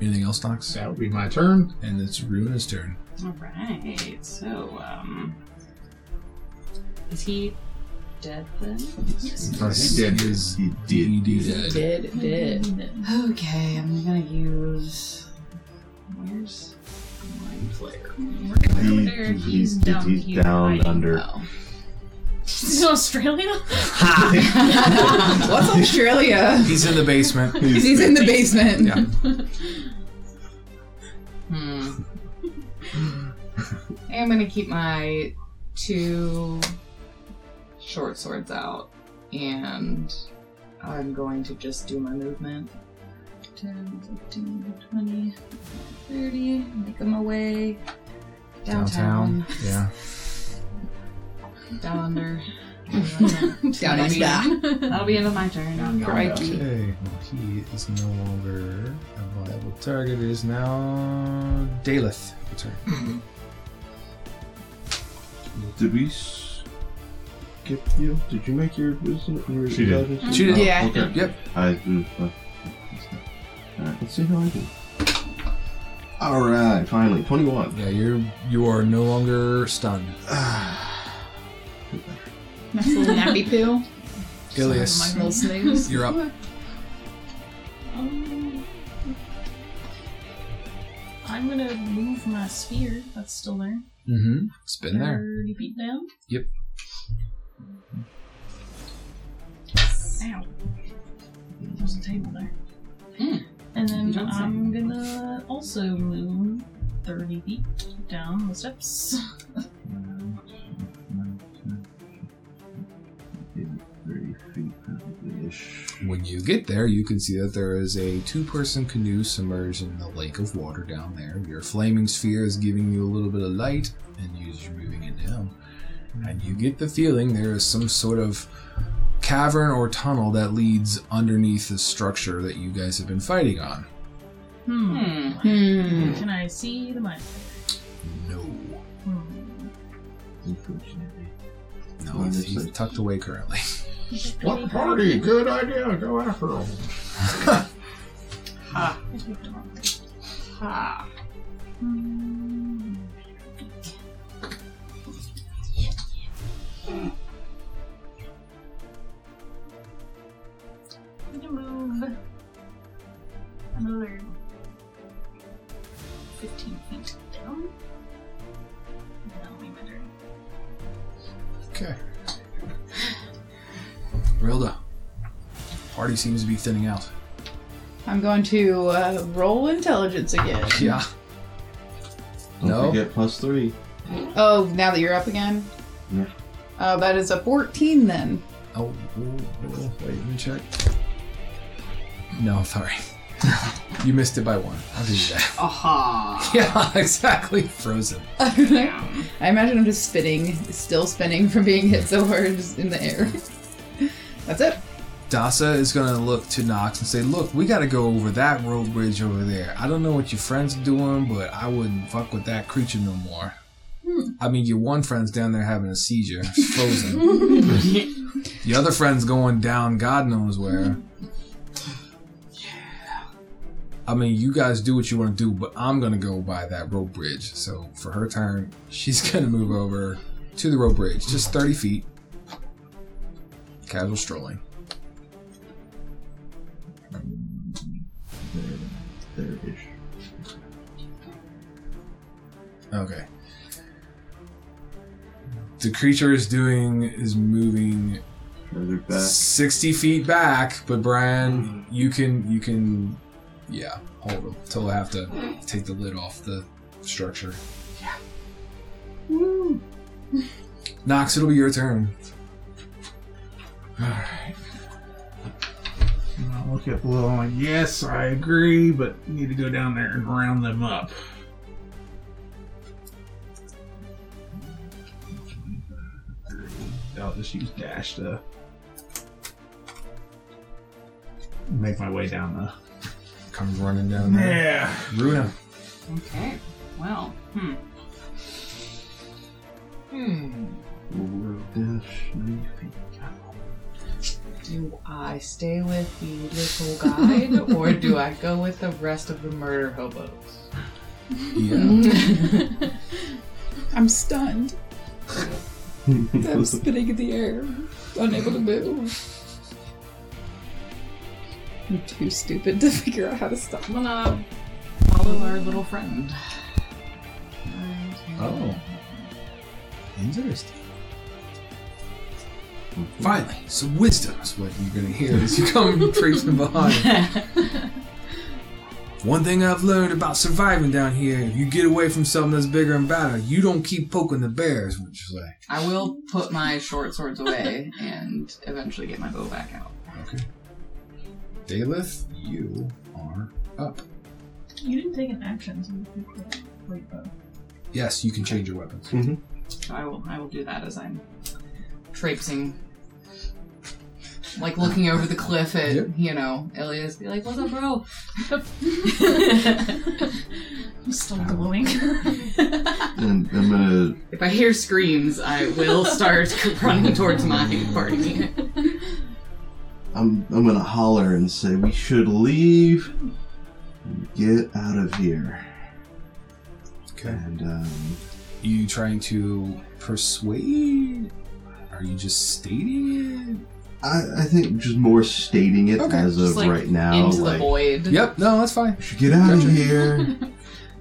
Anything else, Docs?
That would be my turn.
And it's Ruina's turn.
Alright, so, um. Is he dead then?
Yes, he did.
Is
He
Oh, he
did.
did.
Did, it did.
Okay, I'm gonna use. Where's Mind Flayer? Where's
He-
Over there,
he's-
he's
he's
down here
down
hiding.
under.
Oh.
He's in Australia?
What's Australia?
He's in the basement.
He's in the basement.
Yeah.
Hmm. I'm gonna keep my two short swords out, and I'm going to just do my movement. 10, 15, 20, 30, making my way downtown,
Yeah.
down under.
Down under.
That'll be end of my turn.
Crikey.
Okay. He is no longer a viable target. It is now Daleth. It's her.
Did we skip you? Did you make your wisdom? Your
She did.
intelligence?
She did.
Oh,
Yeah.
Okay.
Yep.
I do. Uh, Alright, let's see how I do. Alright, finally, 21.
Yeah, you're you are no longer stunned.
Nice little nappy pill.
Ilias,
My little snooze.
you're up.
Um, I'm gonna move my sphere. That's still there.
Mm-hmm. It's been there.
Thirty feet down.
Yep.
Ow. There's a table there.
Mm.
And then
Don't say.
I'm gonna also move thirty feet down the steps.
Maybe 30 feet, probably ish.
When you get there, you can see that there is a two person canoe submerged in the lake of water down there. Your flaming sphere is giving you a little bit of light, and you- you're moving it down. And you get the feeling there is some sort of cavern or tunnel that leads underneath the structure that you guys have been fighting on.
Hmm.
Hmm.
Hmm.
Can I see the money?
No.
Hmm.
Unfortunately.
No, it's- he's tucked away currently.
What party? Good idea. Go after them.
I picked the wrong thing.
Ha.
Hmm. I'm gonna move another 15 feet down. And that'll be my turn.
Okay. Rilda. Party seems to be thinning out.
I'm going to uh, roll intelligence again.
Yeah.
Don't
No.
forget plus three.
Oh, now that you're up again?
Yeah.
Uh, that is a 14 then.
Oh, oh, oh, wait, let me check. No, sorry. you missed it by one. I'll do that.
Aha.
Yeah, exactly. Frozen.
I imagine I'm just spinning, still spinning from being hit so hard just in the air. That's it.
Dasa is going to look to Knox and say, Look, we got to go over that road bridge over there. I don't know what your friend's are doing, but I wouldn't fuck with that creature no more. I mean, your one friend's down there having a seizure, frozen. the other friend's going down God knows where. I mean, you guys do what you want to do, but I'm going to go by that road bridge. So for her turn, she's going to move over to the road bridge, just 30 feet. Casual strolling.
There, there ish.
Okay. The creature is doing is moving
Further back.
sixty feet back, but Brian, you can you can, yeah, hold him till I have to take the lid off the structure. Yeah. Knox, it'll be your turn.
Alright. I'll look at Will. I'm like, yes, I agree, but we need to go down there and round them up. I'll just use dash to make my way down the.
Comes running down there.
Yeah.
Runa.
Okay. Well. Hmm. Hmm.
Dash, nine feet.
Do I stay with the little guide or do I go with the rest of the murder hobos?
Yeah.
I'm stunned. I'm spinning in the air, unable to move. I'm too stupid to figure out how to stop.
I'm gonna follow our little friend.
Oh. Interesting. Finally, some wisdom is what you're going to hear as you come preaching behind. One thing I've learned about surviving down here, if you get away from something that's bigger and badder, you don't keep poking the bears, would you say?
I will put my short swords away and eventually get my bow back out.
Okay. Daleth, you are up.
You didn't take an action, so you picked the right bow.
Yes, you can change your weapons.
So I will I will do that as I'm traipsing. Like looking over the cliff at
Yep.
you know, Elias be like, What's up, bro?
I'm still glowing.
And I'm gonna
If I hear screams, I will start running towards my party.
I'm I'm gonna holler and say we should leave and get out of here.
Okay.
And um
you trying to persuade? Are you just stating
I, I think just more stating it
Okay.
as of
Just, like,
right now.
Into
like
the void.
it? Yep, no, that's fine.
we should get out
Gotcha.
of here. and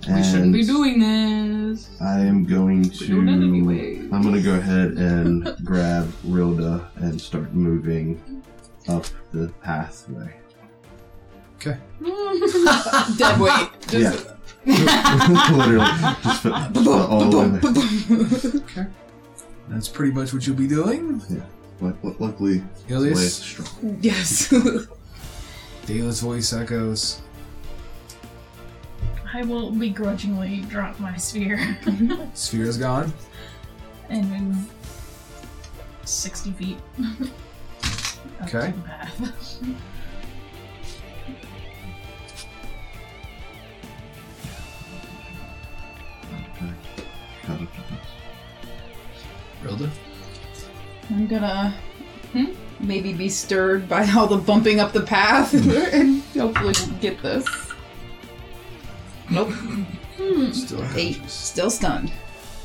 We shouldn't be doing this.
I am going
We're doing it
to
anyway.
I'm gonna go ahead and grab Rilda and start moving up the pathway.
Dead weight.
yeah. Literally. Just, just all the way.
That's pretty much what you'll be doing.
Lu- lu- Luckily, Leia's
Ilias,
strong.
yes.
Dayla's voice echoes.
I will begrudgingly drop my spear
Sphere is gone.
and move 60 feet. up to
Okay.
the path.
attack. Got it.
Rilda?
I'm gonna hmm, maybe be stirred by all the bumping up the path and hopefully get this. Nope.
Still
Eight.
unconscious.
Still stunned.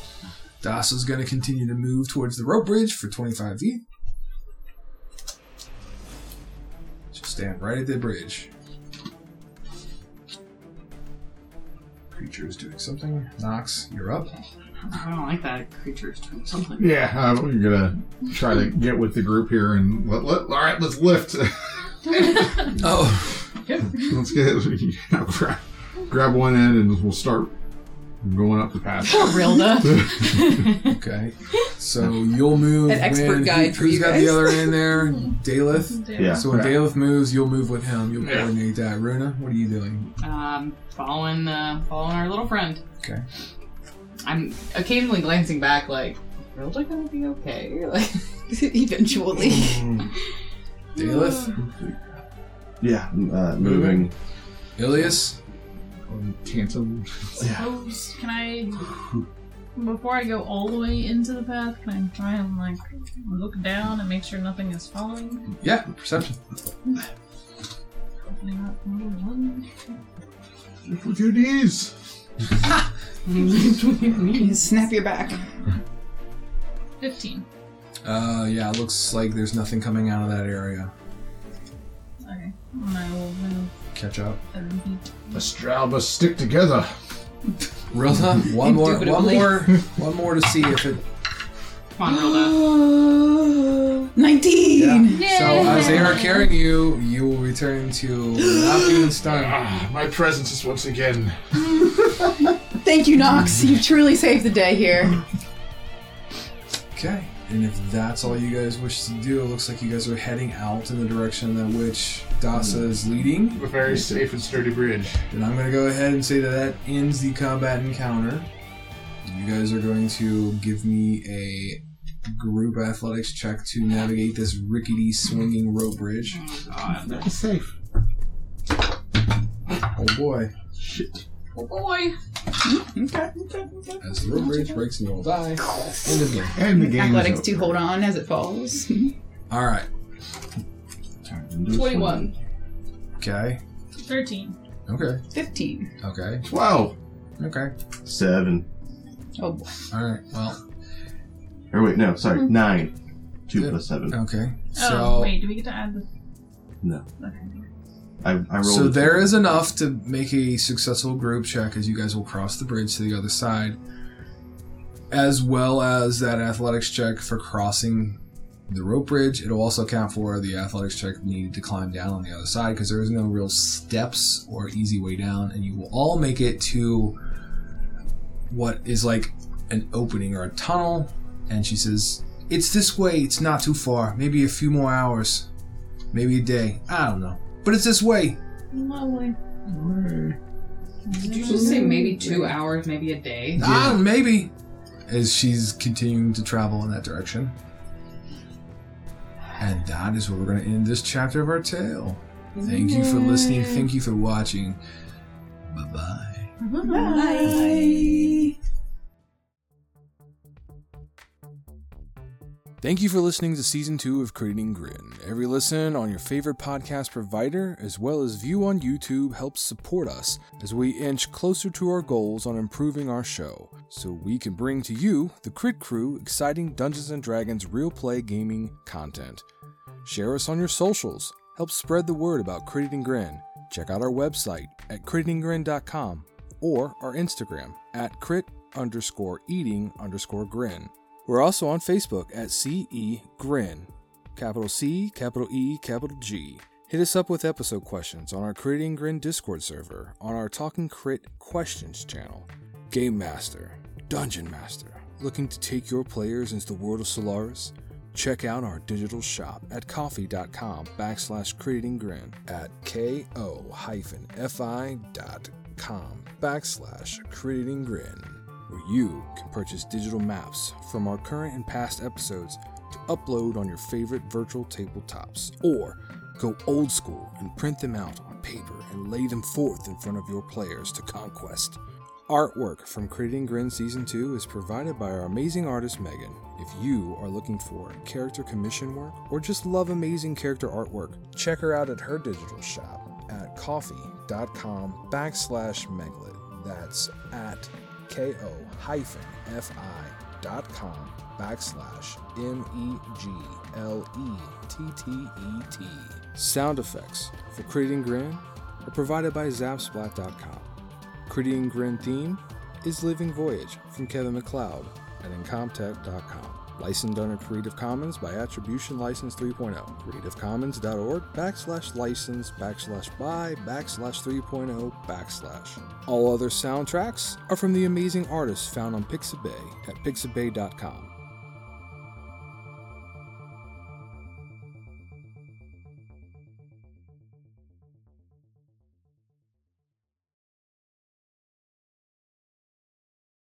Das is going to continue to move towards the rope bridge for 25 feet. Just stand right at the bridge. Creature is doing something. Nox, you're up.
I don't like that creature's doing something.
Yeah, uh, we're gonna try to get with the group here and let, let, all right, let's lift.
Oh,
let's get yeah, grab, grab one end and we'll start going up the path.
Rilda.
okay. So you'll move.
An expert
when-
guide
who-
for
Who's
you
got
guys.
the other end there? Daleth.
Yeah.
So when
Right.
Daleth moves, you'll move with him. You'll
Yeah.
coordinate that. Runa, what are you doing?
Um, following, uh, following our little friend.
Okay.
I'm occasionally glancing back, like, Rilda gonna be okay? Like,
Eventually.
Daleth,
Yeah, m- uh, moving.
Ilias.
Tantum.
Suppose, can I, before I go all the way into the path, can I try and like look down and make sure nothing is following?
Yeah, perception.
Opening up one.
Look at these.
You snap your back.
15.
Uh, yeah, it looks like there's nothing coming out of that area.
Okay. And I will move
Catch up.
30 feet.
The Stralba stick together.
Rilda, one more, one
Indubitably.
more, one more to see if it.
come on, Rilda.
19!
So as they are carrying you, you will return to not being stunned.
Ah, my presence is once again.
Thank you, Nox. You truly saved the day here.
Okay. And if that's all you guys wish to do, it looks like you guys are heading out in the direction that which Dasa is leading.
A very safe and sturdy bridge.
Then I'm going to go ahead and say that that ends the combat encounter. You guys are going to give me a group athletics check to navigate this rickety swinging rope bridge.
Not safe.
Oh boy.
Oh boy!
Okay, okay, okay.
As the rope bridge breaks and you all die. End of game.
And the game
Athletics
is
to
over.
hold on as it falls.
Alright.
Turn into a
21.
Okay.
13.
Okay.
15.
Okay.
Twelve.
Okay.
swing. Seven.
Oh boy.
Alright. Well,
Or wait, no, sorry, nine. Two
Hmm. Yeah.
plus seven.
okay.
oh,
So
wait, do we get to add the.
No.
Okay.
I, I rolled.
so
a
there
two.
is enough to make a successful group check as you guys will cross the bridge to the other side, as well as that athletics check for crossing the rope bridge. It'll also account for the athletics check needed to climb down on the other side because there is no real steps or easy way down, and you will all make it to what is like an opening or a tunnel. And she says, "It's this way. It's not too far. Maybe a few more hours." Maybe a day. I don't know. But it's this way.
Lovely.
Did you just say maybe two hours, maybe a day?
Ah, maybe. As she's continuing to travel in that direction. And that is where we're going to end this chapter of our tale. Thank you for listening. Thank you for watching. Bye bye.
Bye.
Thank you for listening to season two of Creating Grin. Every listen on your favorite podcast provider, as well as view on YouTube, helps support us as we inch closer to our goals on improving our show, so we can bring to you, the Crit Crew, exciting Dungeons and Dragons real play gaming content. Share us on your socials. Help spread the word about Crit and Grin. Check out our website at critandgrin.com or our Instagram at crit underscore eating underscore grin. We're also on Facebook at CE Grin, capital C, capital E, capital G. Hit us up with episode questions on our Crit and Grin Discord server, on our Talking Crit Questions channel. Game Master, Dungeon Master, looking to take your players into the world of Solaris? Check out our digital shop at coffee.com backslash creating grin at ko-fi.com backslash creating grin, where you can purchase digital maps from our current and past episodes to upload on your favorite virtual tabletops, or go old school and print them out on paper and lay them forth in front of your players to conquest. Artwork from Creating Grin Season 2 is provided by our amazing artist Megan. If you are looking for character commission work or just love amazing character artwork, check her out at her digital shop at coffee.com backslash meglet. That's at ko hyphen fi dot com backslash m e g l e t t e t. Sound effects for Creating Grin are provided by zapsplat.com. Creating Grin theme is Living Voyage from Kevin McLeod at Incomtech.com. Licensed under Creative Commons by Attribution License oh. 3.0. CreativeCommons.org backslash license backslash by backslash 3.0 backslash. All other soundtracks are from the amazing artists found on Pixabay at Pixabay.com.